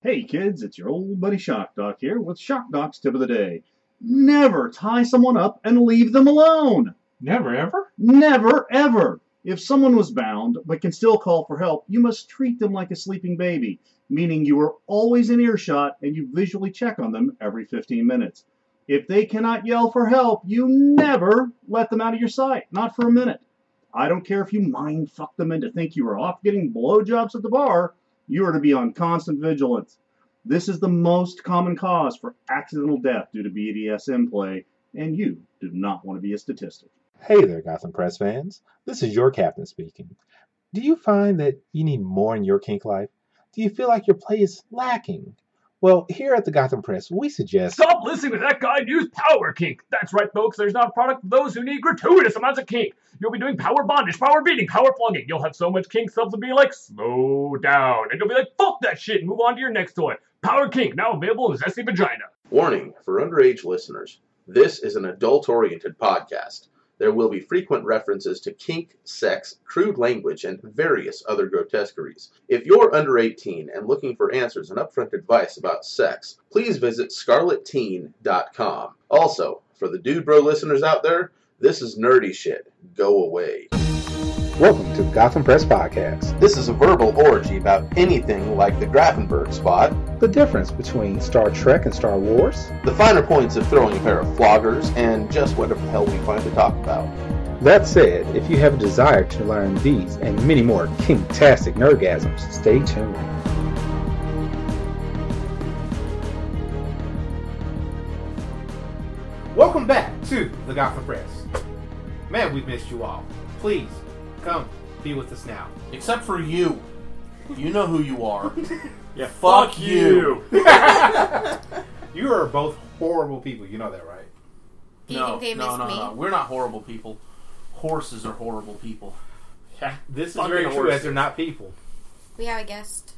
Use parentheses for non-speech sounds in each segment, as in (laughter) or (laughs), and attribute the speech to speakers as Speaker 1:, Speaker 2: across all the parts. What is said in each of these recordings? Speaker 1: Hey kids, it's your old buddy Shock Doc here with Shock Doc's tip of the day. Never tie someone up and leave them alone.
Speaker 2: Never ever?
Speaker 1: Never ever. If someone was bound but can still call for help, you must treat them like a sleeping baby, meaning you are always in earshot and you visually check on them every 15 minutes. If they cannot yell for help, you never let them out of your sight, not for a minute. I don't care if you mind fuck them into think you are off getting blowjobs at the bar, you are to be on constant vigilance. This is the most common cause for accidental death due to BDSM play, and you do not want to be a statistic.
Speaker 3: Hey there, Gotham Press fans. This is your captain speaking. Do you find that you need more in your kink life? Do you feel like your play is lacking? Well, here at the Gotham Press, we suggest
Speaker 2: Stop listening to that guy and use Power Kink. That's right, folks. There's not a product for those who need gratuitous amounts of kink. You'll be doing power bondage, power beating, power flunging. You'll have so much kink subs will be like, slow down. And you'll be like, fuck that shit and move on to your next toy. Power Kink, now available in Zesty Vagina.
Speaker 4: Warning for underage listeners this is an adult oriented podcast. There will be frequent references to kink, sex, crude language, and various other grotesqueries. If you're under 18 and looking for answers and upfront advice about sex, please visit scarletteen.com. Also, for the dude bro listeners out there, this is nerdy shit. Go away.
Speaker 3: Welcome to the Gotham Press Podcast,
Speaker 4: This is a verbal orgy about anything like the Grafenberg spot,
Speaker 3: the difference between Star Trek and Star Wars.
Speaker 4: the finer points of throwing a pair of floggers, and just whatever the hell we find to talk about.
Speaker 3: That said, if you have a desire to learn these and many more kinktastic nerdgasms, stay tuned.
Speaker 5: Welcome back to the Gotham Press. Man, we missed you all. Please come be with us now.
Speaker 6: Except for you. You know who you are.
Speaker 2: Yeah,
Speaker 6: fuck fuck you.
Speaker 5: You are both horrible people. You know that, right?
Speaker 7: Do you think they
Speaker 6: no,
Speaker 7: missed
Speaker 6: no,
Speaker 7: me?
Speaker 6: no. We're not horrible people. Horses are horrible people.
Speaker 5: This is
Speaker 2: Fucking
Speaker 5: very true,
Speaker 2: horses.
Speaker 5: as they're not people.
Speaker 7: We have a guest.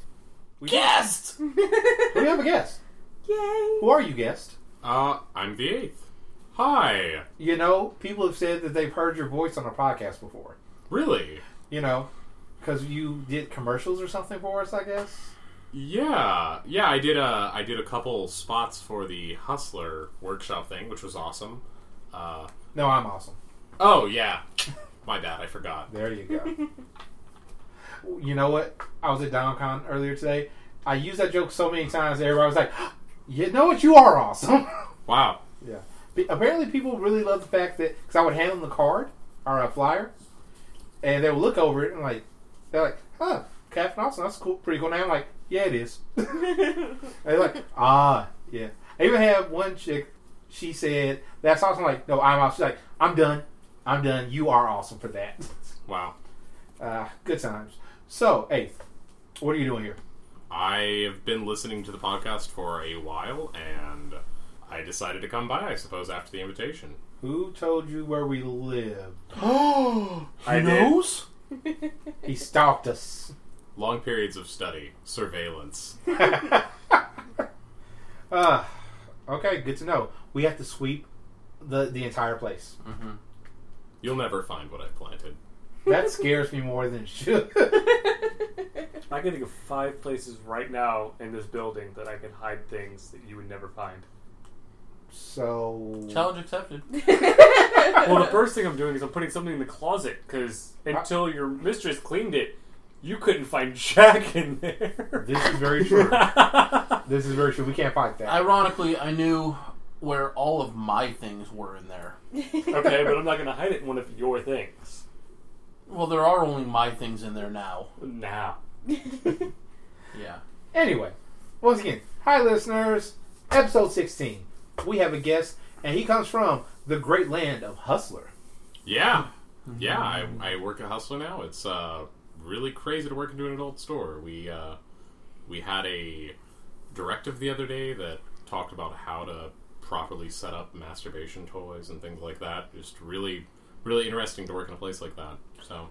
Speaker 5: We
Speaker 6: Guest!
Speaker 5: We have a guest. Yay! Who are you, guest?
Speaker 8: Uh, I'm the eighth. Hi.
Speaker 5: You know, people have said that they've heard your voice on a podcast before.
Speaker 8: Really?
Speaker 5: You know, because you did commercials or something for us, I guess.
Speaker 8: Yeah. Yeah, I did a I did a couple spots for the Hustler workshop thing, which was awesome. Uh,
Speaker 5: No, I'm awesome.
Speaker 8: oh yeah. (laughs) My bad, I forgot.
Speaker 5: There you go. you know what? I was at DomCon earlier today. I used that joke so many times that everybody was like, (gasps) "You know what? You are awesome." (laughs)
Speaker 8: Wow.
Speaker 5: yeah. But apparently, people really love the fact that because I would hand them the card or a flyer, and they would look over it and like, they're like, "Huh, Captain Awesome, that's cool, pretty cool name." I'm like, "Yeah, it is." (laughs) and they're like, "Ah, yeah." I even had one chick. She said, "That's awesome." I'm like, no, I'm awesome. She's like, "I'm done. I'm done. You are awesome for that." (laughs)
Speaker 8: Wow.
Speaker 5: Uh, good times. So, eighth, what are you doing here?
Speaker 8: I have been listening to the podcast for a while and I decided to come by, I suppose, after the invitation.
Speaker 5: Who told you where we live?
Speaker 6: Oh,
Speaker 8: I did.
Speaker 6: knows?
Speaker 5: He stalked us. (laughs)
Speaker 8: Long periods of study, surveillance.
Speaker 5: Uh, okay, good to know. We have to sweep the the entire place.
Speaker 8: You'll never find what I planted.
Speaker 5: That scares me more than it should. (laughs)
Speaker 9: I can think of five places right now in this building that I can hide things that you would never find.
Speaker 5: so,
Speaker 6: Challenge accepted.
Speaker 9: well,
Speaker 6: uh,
Speaker 9: the first thing I'm doing is I'm putting something in the closet because until your mistress cleaned it, you couldn't find Jack in there. (laughs)
Speaker 5: this is very
Speaker 6: (laughs)
Speaker 5: true. this is very true. We can't fight that.
Speaker 6: Ironically, I knew where all of my things were in there.
Speaker 9: okay, but I'm not going to hide it in one of your things.
Speaker 6: Well, there are only my things in there now.
Speaker 9: Now.
Speaker 6: Yeah.
Speaker 5: Anyway, once again, hi listeners. Episode sixteen. We have a guest, and he comes from the great land of Hustler.
Speaker 8: Yeah.
Speaker 5: Mm-hmm.
Speaker 8: Yeah, I, I work at Hustler now. It's uh, really crazy to work into an adult store. We uh, we had a directive the other day that talked about how to properly set up masturbation toys and things like that. Just really really interesting to work in a place like that. So,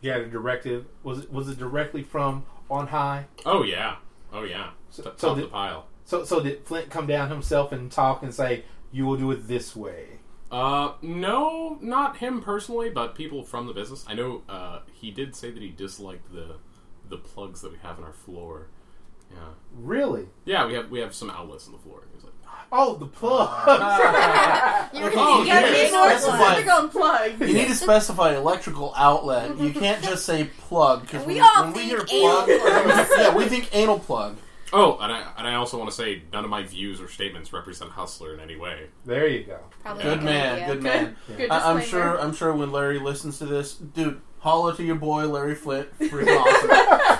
Speaker 5: Yeah, the directive was it, was it directly from on high?
Speaker 8: oh yeah, oh yeah,
Speaker 5: So-
Speaker 8: T-
Speaker 5: so
Speaker 8: top
Speaker 5: the-
Speaker 8: of the pile.
Speaker 5: So, so did Flint come down himself and talk and say, "You will do it this way"?
Speaker 8: Uh, no, not him personally, but people from the business. I know uh, he did say that he disliked the the plugs that we have in our floor, Yeah,
Speaker 5: Really?
Speaker 8: yeah. We have we have some outlets on the floor. There's like,
Speaker 5: Oh, the plug.
Speaker 7: You're
Speaker 6: Oh,
Speaker 7: you gotta
Speaker 6: yeah.
Speaker 7: be an orphan.
Speaker 6: Specify.
Speaker 10: We're going plug.
Speaker 6: You need to specify electrical outlet. You can't just say plug because
Speaker 7: We
Speaker 6: when,
Speaker 7: all
Speaker 6: when we
Speaker 7: think
Speaker 6: hear
Speaker 7: anal
Speaker 6: plug, yeah, we think anal plug.
Speaker 8: oh, and I and I also want to say none of my views or statements represent Hustler in any way.
Speaker 5: (laughs) there you go.
Speaker 7: Probably
Speaker 6: Good
Speaker 7: not
Speaker 6: man,
Speaker 7: idea.
Speaker 6: good
Speaker 10: Good,
Speaker 6: man.
Speaker 10: good
Speaker 6: I, I'm
Speaker 10: disclaimer.
Speaker 6: sure. I'm sure when Larry listens to this, dude, holla to your boy Larry Flint. Freaking awesome.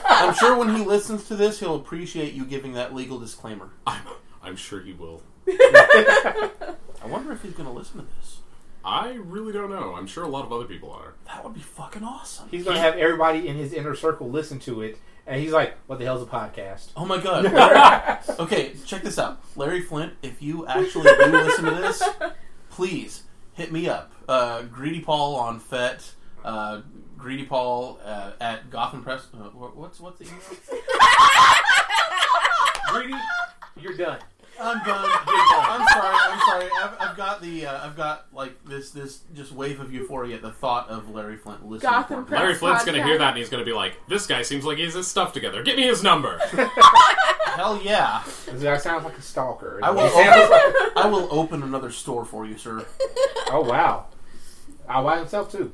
Speaker 6: I'm sure when he listens to this, he'll appreciate you giving that legal disclaimer.
Speaker 8: (laughs) I'm I'm sure he will.
Speaker 6: I wonder if he's going to listen to this.
Speaker 8: I really don't know. I'm sure a lot of other people are.
Speaker 6: That would be fucking awesome.
Speaker 5: He's going to have everybody in his inner circle listen to it, and he's like, "What the hell's a podcast?"
Speaker 6: Oh my god. Larry- (laughs) okay, check this out. Larry Flint, if you actually do listen to this, please hit me up. Uh, Greedy Paul on FET. Uh, Greedy Paul uh, at Gotham Press. Uh, wh- what's what's (laughs) the email?
Speaker 5: Greedy, you're done.
Speaker 6: I'm (laughs) done. I'm sorry. I'm sorry. I've, I've got the. Uh, I've got like this. This just wave of euphoria at the thought of Larry Flint listening.
Speaker 10: Gotham
Speaker 6: for me.
Speaker 10: Press.
Speaker 8: Larry Flint's gonna hear
Speaker 10: podcast.
Speaker 8: that and he's gonna be like, "This guy seems like he has his stuff together. Get me
Speaker 6: (laughs)
Speaker 8: his number."
Speaker 6: Hell yeah!
Speaker 5: I sound like a stalker.
Speaker 6: I will. Open, I will open another store for you, sir.
Speaker 5: Oh wow! All by himself too.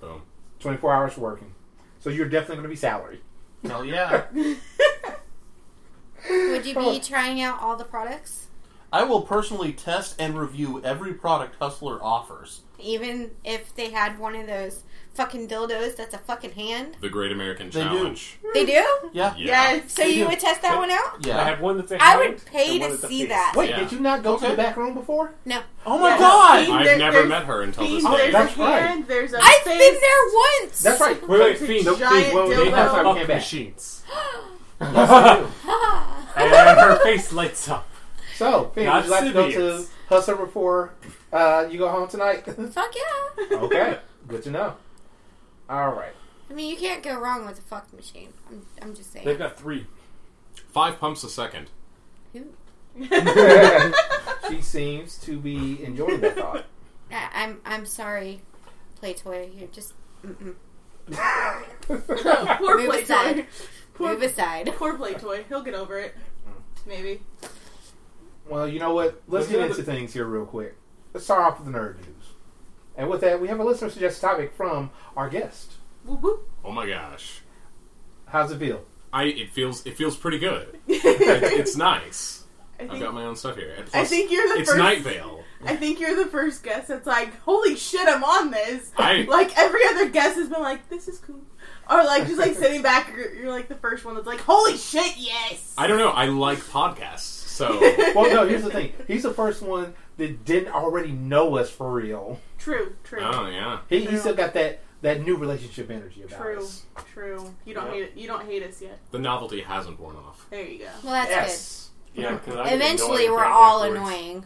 Speaker 8: Boom.
Speaker 5: Twenty four hours working. So you're definitely going to be salary.
Speaker 6: Hell yeah!
Speaker 7: Would you be trying out all the products,
Speaker 6: I will personally test and review every product Hustler offers.
Speaker 7: even if they had one of those fucking dildos that's a fucking hand?
Speaker 8: The Great American
Speaker 6: They do.
Speaker 8: Challenge.
Speaker 7: They do.
Speaker 6: Yeah.
Speaker 8: Yeah.
Speaker 10: Yes.
Speaker 7: So you would test that one out?
Speaker 9: I
Speaker 6: Yeah.
Speaker 9: have one that's a
Speaker 7: I
Speaker 9: hand
Speaker 7: would pay
Speaker 9: and one
Speaker 7: to
Speaker 9: that's a
Speaker 7: see
Speaker 9: face.
Speaker 7: that.
Speaker 5: Wait,
Speaker 8: Yeah.
Speaker 5: did you not go to
Speaker 6: Okay.
Speaker 5: the back room before?
Speaker 7: No,
Speaker 6: Oh my
Speaker 10: Yeah.
Speaker 6: god!
Speaker 10: Fiend,
Speaker 8: I've
Speaker 10: there-
Speaker 8: never
Speaker 10: there's
Speaker 8: met her until this
Speaker 10: Fiend,
Speaker 8: day.
Speaker 10: there's
Speaker 5: That's
Speaker 10: a
Speaker 5: right.
Speaker 10: hand, there's a
Speaker 7: I've
Speaker 10: face.
Speaker 7: been there once.
Speaker 5: That's
Speaker 9: Wait,
Speaker 5: right.
Speaker 9: wait,
Speaker 10: There's a
Speaker 9: Fiend.
Speaker 10: giant dildo.
Speaker 9: Whoa, they have
Speaker 5: That's how we
Speaker 9: fuck
Speaker 5: came back.
Speaker 9: machines.
Speaker 7: Ah,
Speaker 9: and her face lights up.
Speaker 5: So, Finn, would
Speaker 9: Not
Speaker 5: you like to go to
Speaker 9: symbiotes.
Speaker 5: Hustler before uh, you go home tonight? (laughs)
Speaker 7: Fuck yeah.
Speaker 5: okay, good to know. All right.
Speaker 7: I mean, you can't go wrong with a fuck machine. I'm, I'm just saying.
Speaker 9: They've got three.
Speaker 8: Five pumps a second.
Speaker 7: Who-
Speaker 5: she seems to be enjoying the thought.
Speaker 7: I, I'm I'm sorry, play toy. You're just mm-mm.
Speaker 10: Poor
Speaker 7: Move
Speaker 10: play
Speaker 7: aside.
Speaker 10: toy. Poor,
Speaker 7: move aside.
Speaker 10: poor play toy. He'll get over it. Maybe.
Speaker 5: Well, you know what? Let's get into things here real quick. Let's start off with the nerd news. And with that, we have a listener suggested topic from our guest.
Speaker 10: Woo woo.
Speaker 8: Oh my gosh.
Speaker 5: How's it feel?
Speaker 8: I it feels it feels pretty good.
Speaker 10: (laughs) I
Speaker 8: It- it's nice. I've got
Speaker 10: think,
Speaker 8: my own stuff here. And
Speaker 10: I
Speaker 8: plus,
Speaker 10: think you're the
Speaker 8: it's
Speaker 10: first.
Speaker 8: Night Vale.
Speaker 10: I think you're the first guest that's like, holy shit, I'm on this.
Speaker 8: I
Speaker 10: (laughs) Like every other guest has been like, this is cool, or like just like sitting back. You're, you're like the first one that's like, holy shit, yes.
Speaker 8: I don't know. I like
Speaker 10: (laughs)
Speaker 8: podcasts, so
Speaker 5: Well, no, here's the thing. He's the first one that didn't already know us for real.
Speaker 10: True, true,
Speaker 8: oh yeah.
Speaker 5: He, he still got that, that new relationship energy about
Speaker 10: true,
Speaker 5: us.
Speaker 10: true. You don't
Speaker 9: Yeah.
Speaker 10: hate it. You don't hate us yet.
Speaker 8: The novelty hasn't worn off.
Speaker 10: There you go.
Speaker 7: Well, that's
Speaker 5: yes.
Speaker 9: Yeah, 'cause I
Speaker 7: good.
Speaker 9: get
Speaker 7: Eventually,
Speaker 9: annoyed
Speaker 7: we're
Speaker 9: right
Speaker 7: all
Speaker 9: afterwards.
Speaker 7: annoying.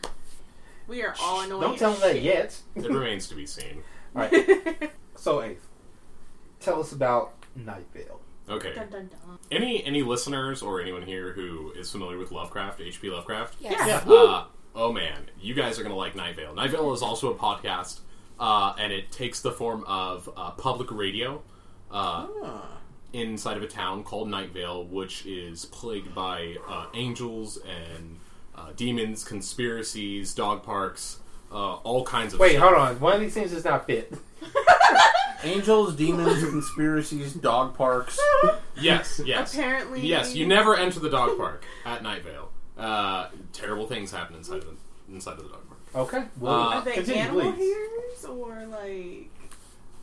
Speaker 10: We are all annoying.
Speaker 5: Don't tell him that yet.
Speaker 8: It remains to be seen.
Speaker 5: All right. So, Eighth, tell us about Night Vale.
Speaker 8: Okay.
Speaker 10: dun dun dun.
Speaker 8: Any any listeners or anyone here who is familiar with Lovecraft, H.P. Lovecraft,
Speaker 7: Yes.
Speaker 10: Yeah.
Speaker 8: Uh, oh man, you guys are gonna like Night Vale. Night Vale is also a podcast, uh, and it takes the form of uh, public radio uh, inside of a town called Night Vale, which is plagued by uh, angels and uh, demons, conspiracies, dog parks, uh, all kinds of.
Speaker 5: Wait,
Speaker 8: shit.
Speaker 5: hold on. One of these things does not fit.
Speaker 6: Angels, demons, conspiracies, dog parks.
Speaker 8: Yes, yes,
Speaker 10: Apparently,
Speaker 8: yes. You never enter the dog park at Night Vale. Uh, terrible things happen inside of the inside of the dog park.
Speaker 5: Okay.
Speaker 8: Uh,
Speaker 10: Are they
Speaker 5: continue,
Speaker 10: animal
Speaker 5: please.
Speaker 10: hearers or like?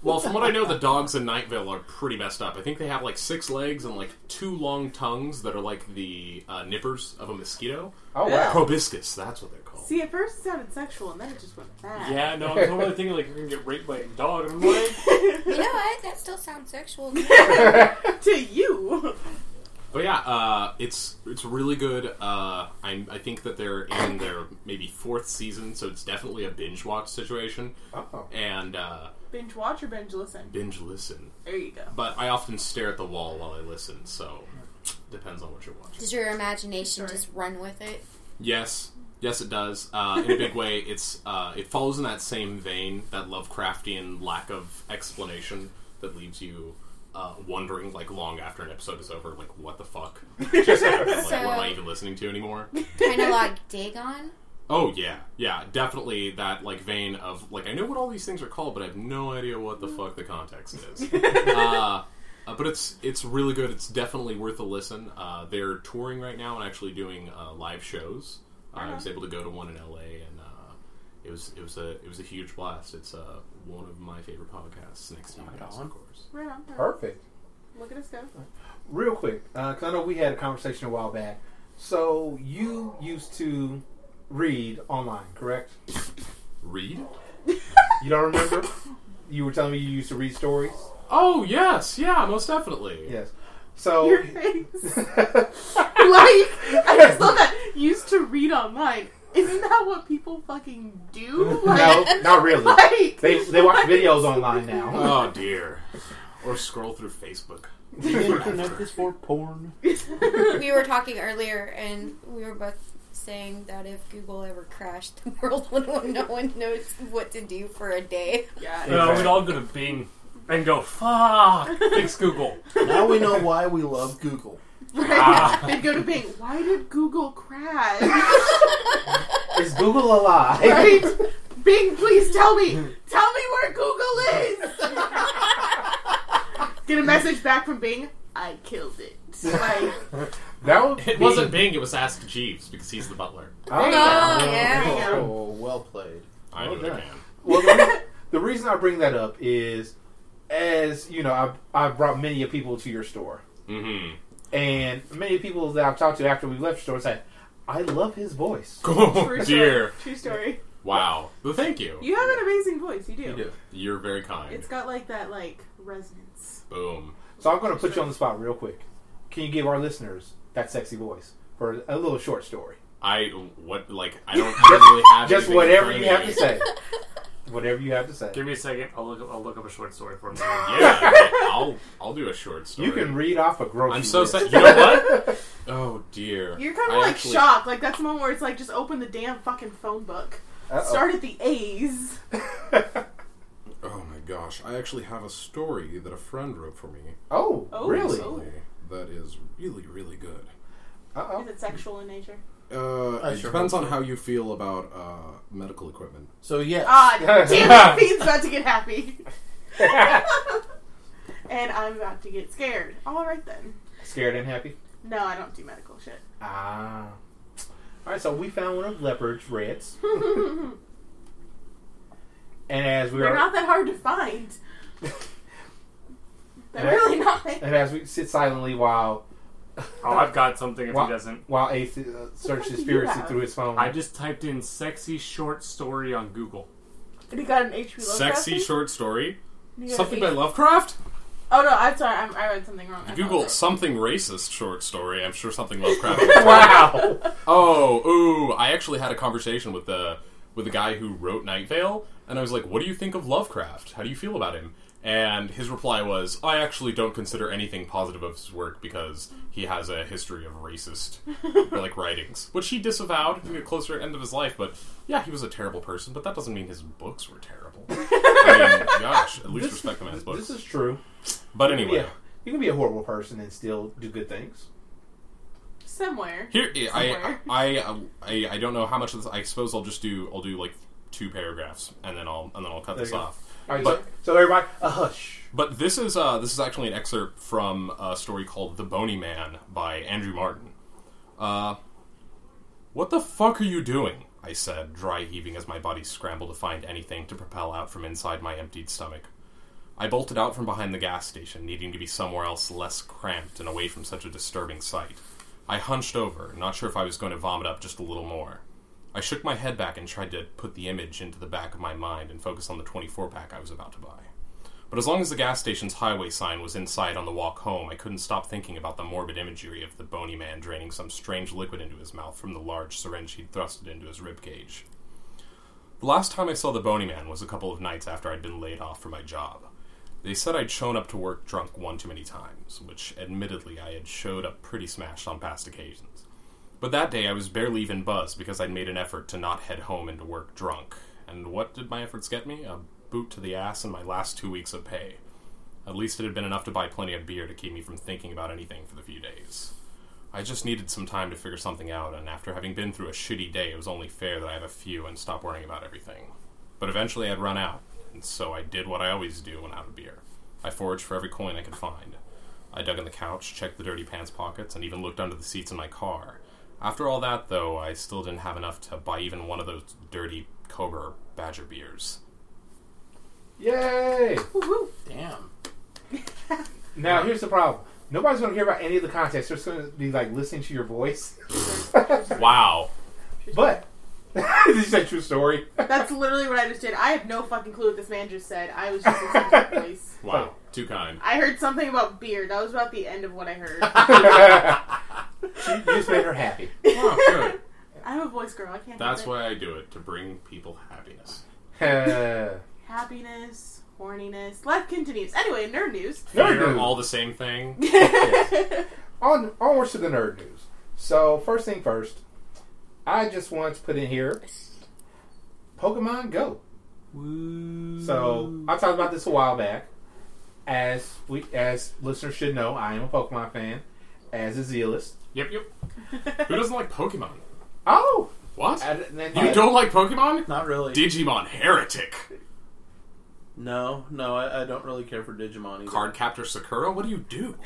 Speaker 8: Well, from what
Speaker 10: (laughs)
Speaker 8: I know, the dogs in Nightvale are pretty messed up. I think they have like six legs and like two long tongues that are like the uh, nippers of a mosquito.
Speaker 5: Oh, wow.
Speaker 8: Proboscis, that's what they're called.
Speaker 10: See, at first it sounded sexual, and then it just went bad.
Speaker 9: Yeah, no, I'm totally thinking like you're gonna get raped by a dog. And I'm
Speaker 7: (laughs)
Speaker 9: like,
Speaker 7: You know what? That still
Speaker 10: (laughs)
Speaker 7: sounds sexual.
Speaker 10: to you.
Speaker 8: But yeah, uh, it's it's really good. Uh, I'm, I think that they're in their maybe fourth season, so it's definitely a binge watch situation
Speaker 5: (laughs) Oh.
Speaker 8: and uh,
Speaker 10: Binge watch or binge listen.
Speaker 8: binge listen.
Speaker 10: There you go.
Speaker 8: But I often stare at the wall while I listen, so depends on what you're watching.
Speaker 7: Does your imagination
Speaker 10: Sorry.
Speaker 7: just run with it?
Speaker 8: Yes, yes, it does. Uh, in a big way, it's uh, it follows in that same vein, that Lovecraftian lack of explanation that leaves you uh, wondering like long after an episode is over, like what the fuck just happened? Like, what am I even listening to anymore?
Speaker 10: (laughs)
Speaker 7: kind of like Dagon.
Speaker 8: Oh yeah, yeah, definitely that like vein of like I know what all these things are called, but I have no idea what the fuck the context
Speaker 10: (laughs)
Speaker 8: is. uh, uh, but it's it's really good. It's definitely worth a listen. Uh, they're touring right now and actually doing uh, live shows. Uh,
Speaker 10: Uh-huh.
Speaker 8: I was able to go to one in L.A. and uh, it was it was a it was a huge blast. It's uh, one of my favorite podcasts next to you guys, of course.
Speaker 10: Right on. Right on.
Speaker 5: Perfect.
Speaker 10: Look at us go.
Speaker 5: Real quick, because I know we had a conversation a while back. So you used to read online, correct?
Speaker 8: Read.
Speaker 5: You don't remember? you were telling me you used to read stories.
Speaker 8: Oh yes, yeah, most definitely.
Speaker 5: Yes. So (laughs)
Speaker 10: Your face. like, I just love that. Used to read online. Isn't that what people fucking do? Like,
Speaker 5: no, not really.
Speaker 10: Like,
Speaker 5: They they watch videos online now.
Speaker 8: Oh dear. Or scroll through Facebook.
Speaker 3: for porn.
Speaker 7: We were talking earlier, and we were both saying that if Google ever crashed, the world (laughs) would no one knows what to do for a day.
Speaker 10: yeah.
Speaker 9: No, we'd all go to Bing and go, fuck, fix Google.
Speaker 6: Now we know why we love Google.
Speaker 10: Right?
Speaker 9: Ah.
Speaker 10: And go to Bing. Why did Google crash?
Speaker 5: Is Google alive?
Speaker 10: right?
Speaker 5: (laughs)
Speaker 10: Bing, please tell me. Tell me where Google
Speaker 5: (laughs)
Speaker 10: is. Get a message back from Bing. I killed
Speaker 5: (laughs)
Speaker 10: it. Like,
Speaker 5: That would
Speaker 8: It
Speaker 5: be-
Speaker 8: wasn't Bing, it was Ask Jeeves because he's the butler.
Speaker 5: Oh,
Speaker 10: (laughs)
Speaker 7: Oh, yeah.
Speaker 6: Oh, well played.
Speaker 8: I do
Speaker 5: Well
Speaker 8: it
Speaker 5: done.
Speaker 8: again.
Speaker 5: Well,
Speaker 10: (laughs)
Speaker 5: the, re- the reason I bring that up is, as you know, I've, I've brought many of people to your store,
Speaker 8: Mm-hmm.
Speaker 5: and many people that I've talked to after we left your store say, "I love his voice."
Speaker 8: Oh
Speaker 10: true
Speaker 8: dear.
Speaker 10: Story. True story.
Speaker 8: Wow. Well, thank you.
Speaker 10: You have an amazing voice. You do.
Speaker 6: You do.
Speaker 8: You're very kind.
Speaker 10: It's got like that like resonance.
Speaker 8: Boom.
Speaker 5: So I'm going to put you on the spot real quick. Can you give our listeners that sexy voice for a little short story?
Speaker 8: I what like I don't I don't really have
Speaker 5: Just
Speaker 8: anything in
Speaker 5: whatever
Speaker 8: front of
Speaker 5: you have
Speaker 8: me.
Speaker 5: to say. Whatever you have to say.
Speaker 9: Give me a second. I'll look. I'll look up a short story for you.
Speaker 8: Yeah, I'll I'll do a short story.
Speaker 5: You can read off a grocery.
Speaker 8: I'm so
Speaker 5: list.
Speaker 8: sad. You know what? Oh dear.
Speaker 10: You're kind
Speaker 8: I
Speaker 10: of like
Speaker 8: actually-
Speaker 10: shocked. Like that's the moment where it's like just open the damn fucking phone book.
Speaker 5: Uh-oh.
Speaker 10: Start at the A's.
Speaker 8: Oh my gosh! I actually have a story that a friend wrote for me.
Speaker 5: oh,
Speaker 10: Oh,
Speaker 5: really?
Speaker 10: oh.
Speaker 8: recently That is really really good.
Speaker 5: Uh-oh.
Speaker 10: Is it sexual in (laughs) nature?
Speaker 8: Uh,
Speaker 6: I
Speaker 8: it
Speaker 6: sure
Speaker 8: depends
Speaker 6: hope
Speaker 8: on
Speaker 6: so.
Speaker 8: how you feel about uh, medical equipment.
Speaker 6: So yes,
Speaker 10: Ah, damn it, Pete's about to get happy. and I'm about to get scared. All right then.
Speaker 5: (laughs) Scared and happy.
Speaker 10: No, I don't do medical shit.
Speaker 5: Ah. All right, so we found one of
Speaker 10: (laughs)
Speaker 5: Leopard's Reds. and as we
Speaker 10: They're
Speaker 5: are,
Speaker 10: not that hard to find. They're
Speaker 5: Yeah.
Speaker 10: really not. Like,
Speaker 5: and as we sit silently while
Speaker 9: Oh, I've got something. If
Speaker 5: Wow.
Speaker 9: he doesn't,
Speaker 5: while Ace uh, searches
Speaker 10: do you
Speaker 5: furiously
Speaker 10: have?
Speaker 5: through his phone,
Speaker 9: I just typed in "sexy short story" on Google.
Speaker 10: and he got an HP. Lovecraft
Speaker 8: Sexy
Speaker 10: thing?
Speaker 8: short story.
Speaker 10: You got an
Speaker 8: Something
Speaker 10: H-
Speaker 8: by Lovecraft.
Speaker 10: Oh no, I'm sorry. I'm, I read something wrong. I
Speaker 8: Google
Speaker 10: apologize.
Speaker 8: something racist short story. I'm sure something Lovecraft.
Speaker 5: wow,
Speaker 8: oh, ooh! I actually had a conversation with the with the guy who wrote Night Vale, and I was like, "What do you think of Lovecraft? How do you feel about him?" And his reply was, "I actually don't consider anything positive of his work because he has a history of racist like writings, which he disavowed in the closer end of his life. But yeah, he was a terrible person. But that doesn't mean his books were terrible. I mean, gosh, at least respect the man's
Speaker 5: this
Speaker 8: books.
Speaker 5: is true.
Speaker 8: But anyway."
Speaker 5: Yeah, you can be a horrible person and still do good things.
Speaker 10: somewhere.
Speaker 8: Here, I,
Speaker 10: Somewhere.
Speaker 8: I, I, I, I don't know how much of this. I suppose I'll just do. I'll do like two paragraphs, and then I'll and then I'll cut
Speaker 5: There
Speaker 8: this
Speaker 5: you go.
Speaker 8: off.
Speaker 5: All right,
Speaker 8: But-
Speaker 5: so, so everybody, a hush.
Speaker 8: But this is uh, this is actually an excerpt from a story called "The Bony Man" by Andrew Martin. Uh, what the fuck are you doing? I said, dry heaving as my body scrambled to find anything to propel out from inside my emptied stomach. I bolted out from behind the gas station, needing to be somewhere else less cramped and away from such a disturbing sight. I hunched over, not sure if I was going to vomit up just a little more. I shook my head back and tried to put the image into the back of my mind and focus on the 24 pack I was about to buy. But as long as the gas station's highway sign was in sight on the walk home, I couldn't stop thinking about the morbid imagery of the bony man draining some strange liquid into his mouth from the large syringe he'd thrusted into his ribcage. The last time I saw the bony man was a couple of nights after I'd been laid off from my job. They said I'd shown up to work drunk one too many times, which admittedly I had showed up pretty smashed on past occasions. But that day I was barely even buzzed because I'd made an effort to not head home into work drunk. And what did my efforts get me? A boot to the ass and my last two weeks of pay. At least it had been enough to buy plenty of beer to keep me from thinking about anything for the few days. I just needed some time to figure something out, and after having been through a shitty day, it was only fair that I have a few and stop worrying about everything. But eventually I'd run out, and so I did what I always do when out of beer I foraged for every coin I could find. I dug in the couch, checked the dirty pants pockets, and even looked under the seats in my car. After all that, though, I still didn't have enough to buy even one of those dirty Cobra Badger beers.
Speaker 5: Yay!
Speaker 10: Woo-hoo.
Speaker 6: Damn.
Speaker 5: Now here's the problem. Nobody's going to care about any of the context. They're just going to be like listening to your voice.
Speaker 8: Wow.
Speaker 5: but this (laughs) is a true story.
Speaker 10: That's literally what I just did. I have no fucking clue what this man just said. I was
Speaker 5: (laughs)
Speaker 10: just listening to his voice.
Speaker 8: Wow. Too kind.
Speaker 10: I heard something about beer. That was about the end of what I heard.
Speaker 5: You you just made her (laughs) happy.
Speaker 8: Wow, good.
Speaker 10: I'm a voice girl. I can't.
Speaker 8: That's
Speaker 10: help
Speaker 8: why I do it, to bring people happiness.
Speaker 5: Uh,
Speaker 10: it. happiness, horniness. Life continues. Anyway, nerd news.
Speaker 5: Nerd
Speaker 8: Fear,
Speaker 5: news.
Speaker 8: all the same thing.
Speaker 5: on onwards to the nerd news. So first thing first, I just want to put in here Pokemon Go. So I talked about this a while back. As we as listeners should know, I am a Pokemon fan, as is Zealous.
Speaker 8: Yep, yep. Who doesn't like Pokemon?
Speaker 5: Oh,
Speaker 8: What?
Speaker 5: I didn't- then-
Speaker 8: You don't like Pokemon?
Speaker 6: Not really.
Speaker 8: Digimon Heretic.
Speaker 6: no, no, I, I don't really care for Digimon either.
Speaker 8: Card Captor Sakura? What do you do?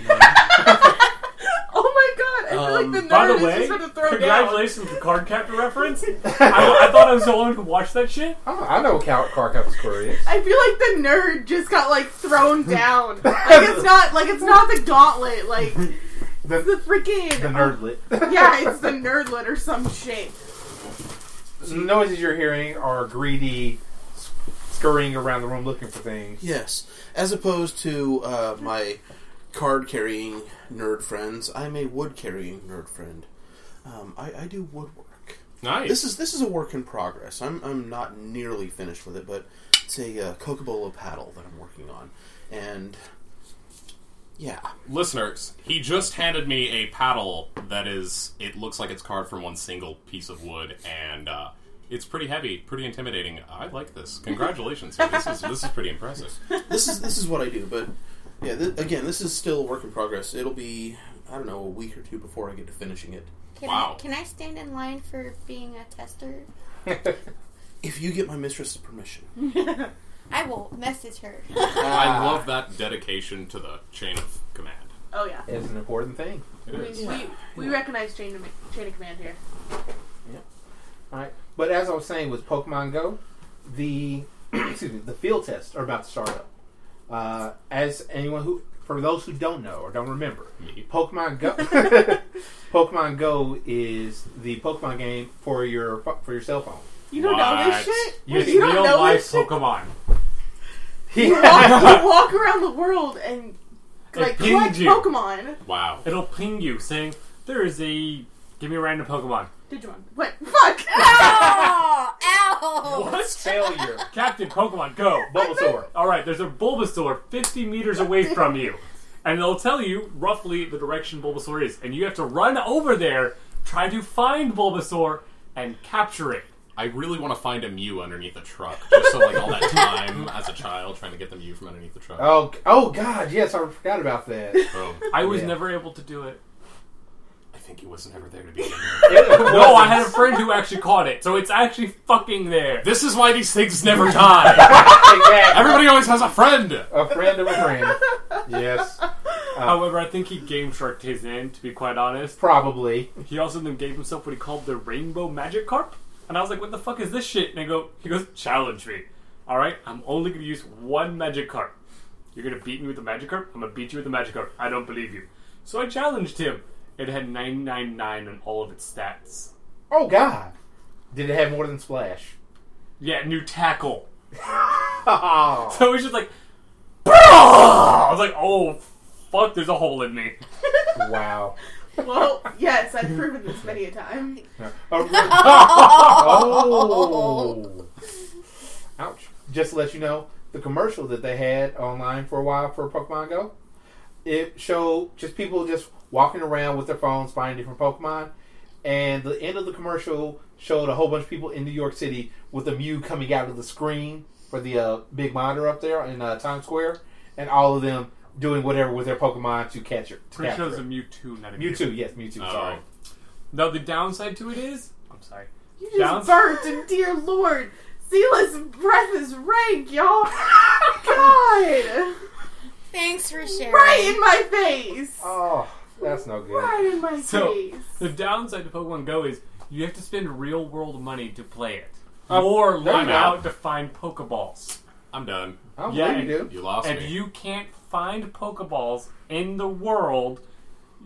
Speaker 10: Oh my god! I feel
Speaker 6: Um,
Speaker 10: like the nerd
Speaker 9: By the
Speaker 10: is
Speaker 9: way,
Speaker 10: just gonna throw down.
Speaker 9: congratulations to Card Captor reference. I, I thought I was the only one who watched that shit.
Speaker 5: Oh, I know what Car- Car Cup Square is.
Speaker 10: I feel like the nerd just got like thrown down. like
Speaker 5: (laughs)
Speaker 10: it's not like it's not the gauntlet. Like
Speaker 5: The-
Speaker 10: the freaking
Speaker 5: The nerdlet.
Speaker 10: (laughs) yeah, it's the nerdlet or some shit.
Speaker 5: (laughs) The noises you're hearing are greedy sc- scurrying around the room looking for things.
Speaker 6: Yes, as opposed to uh, my card carrying nerd friends, I'm a wood carrying nerd friend. Um, I, I do woodwork.
Speaker 8: Nice.
Speaker 6: This is this is a work in progress. I'm I'm not nearly finished with it, but it's a uh, Coca-Cola paddle that I'm working on, and yeah,
Speaker 8: Listeners, he just handed me a paddle that is, it looks like it's carved from one single piece of wood, and uh, it's pretty heavy, pretty intimidating. I like this. Congratulations. sir. this, is, this is pretty impressive.
Speaker 6: this is this is what I do. But yeah, th- again, this is still a work in progress. It'll be I don't know a week or two before I get to finishing it.
Speaker 7: Can,
Speaker 8: Wow.
Speaker 7: I, can I stand in line for being a tester?
Speaker 6: If you get my mistress's permission,
Speaker 7: I will message her.
Speaker 8: I love that dedication to the chain of command.
Speaker 10: Oh yeah,
Speaker 5: It's an important thing.
Speaker 8: It
Speaker 10: (laughs) we
Speaker 8: is.
Speaker 10: we, we recognize chain of, chain of command here.
Speaker 5: Alright. But as I was saying with Pokemon Go, the (clears throat) excuse me, the field tests are about to start up. Uh, as anyone who for those who don't know or don't remember,
Speaker 8: Me.
Speaker 10: (laughs)
Speaker 5: Pokemon Go (laughs) Pokemon Go is the Pokemon game for your fo- for your cell phone.
Speaker 10: (laughs)
Speaker 5: (laughs)
Speaker 10: You don't know this
Speaker 8: What?
Speaker 10: shit.
Speaker 9: You,
Speaker 10: you don't
Speaker 9: real
Speaker 10: know
Speaker 9: life
Speaker 10: this shit.
Speaker 9: Pokemon.
Speaker 10: (laughs) You walk, you walk around the world and like
Speaker 9: pinged
Speaker 10: collect
Speaker 9: you.
Speaker 10: Pokemon.
Speaker 8: Wow.
Speaker 9: It'll ping you saying there is a give me a random Pokemon. (laughs)
Speaker 10: Digimon. What? Fuck. (laughs)
Speaker 7: oh, ow!
Speaker 5: Failure.
Speaker 9: Captain Pokemon, go.
Speaker 5: Bulbasaur.
Speaker 9: All right, there's a Bulbasaur 50 meters away from you, and they'll tell you roughly the direction Bulbasaur is, and you have to run over there, try to find Bulbasaur, and capture it.
Speaker 8: I really want to find a Mew underneath a truck, just so like all that time as a child trying to get the Mew from underneath the truck.
Speaker 5: Oh, oh God! Yes, I forgot about (laughs) that.
Speaker 8: Boom.
Speaker 9: I was
Speaker 5: Yeah.
Speaker 9: never able to do it.
Speaker 8: I think he wasn't ever there to begin with.
Speaker 9: No, I had a friend who actually caught it, so it's actually fucking there.
Speaker 8: This is why these things never die.
Speaker 5: Exactly.
Speaker 8: Everybody always has a friend.
Speaker 5: (laughs) a friend of a friend. Yes,
Speaker 9: (laughs) However, I think he game sharked his end, to be quite honest.
Speaker 5: probably.
Speaker 9: He also then gave himself what he called the rainbow magic carp. And I was like, what the fuck is this shit? And I go, he goes, challenge me. Alright, I'm only gonna use one magic carp. You're gonna beat me with the magic carp? I'm gonna beat you with the magic carp. I don't believe you. So I challenged him. It had 999 on all of its stats.
Speaker 5: Oh God! Did it have more than (laughs) splash?
Speaker 9: Yeah, new tackle.
Speaker 5: Oh,
Speaker 9: So it was just like, "Bruh!" I was like, oh, fuck, there's a hole in me.
Speaker 5: wow!
Speaker 10: well, yes, I've proven this many a time.
Speaker 5: Oh, really? Oh. (laughs) ouch! Just to let you know, the commercial that they had online for a while for Pokemon Go, it showed just people just walking around with their phones finding different Pokemon, and the end of the commercial showed a whole bunch of people in New York City with a Mew coming out of the screen for the uh, big monitor up there in uh, Times Square, and all of them doing whatever with their Pokemon to catch it. To
Speaker 9: Pretty sure
Speaker 5: capture
Speaker 9: it's a
Speaker 5: it.
Speaker 9: Mewtwo, not a
Speaker 5: Mewtwo, yes, Mewtwo.
Speaker 8: Oh.
Speaker 5: sorry,
Speaker 9: No, the downside to it is, I'm sorry.
Speaker 10: You just
Speaker 9: Downs-
Speaker 10: burped, and dear lord, Zeala's breath is rank, y'all. God,
Speaker 7: Thanks for sharing.
Speaker 10: right in my face.
Speaker 5: oh, that's no good.
Speaker 10: Right in my
Speaker 9: So-
Speaker 10: face.
Speaker 9: The downside to Pokemon Go is you have to spend real world money to play it. or look
Speaker 5: I'm
Speaker 8: out.
Speaker 9: out to find Pokeballs.
Speaker 8: I'm done.
Speaker 5: I don't
Speaker 9: Yeah,
Speaker 5: believe you do.
Speaker 8: You lost
Speaker 9: If
Speaker 8: me.
Speaker 9: you can't find Pokeballs in the world,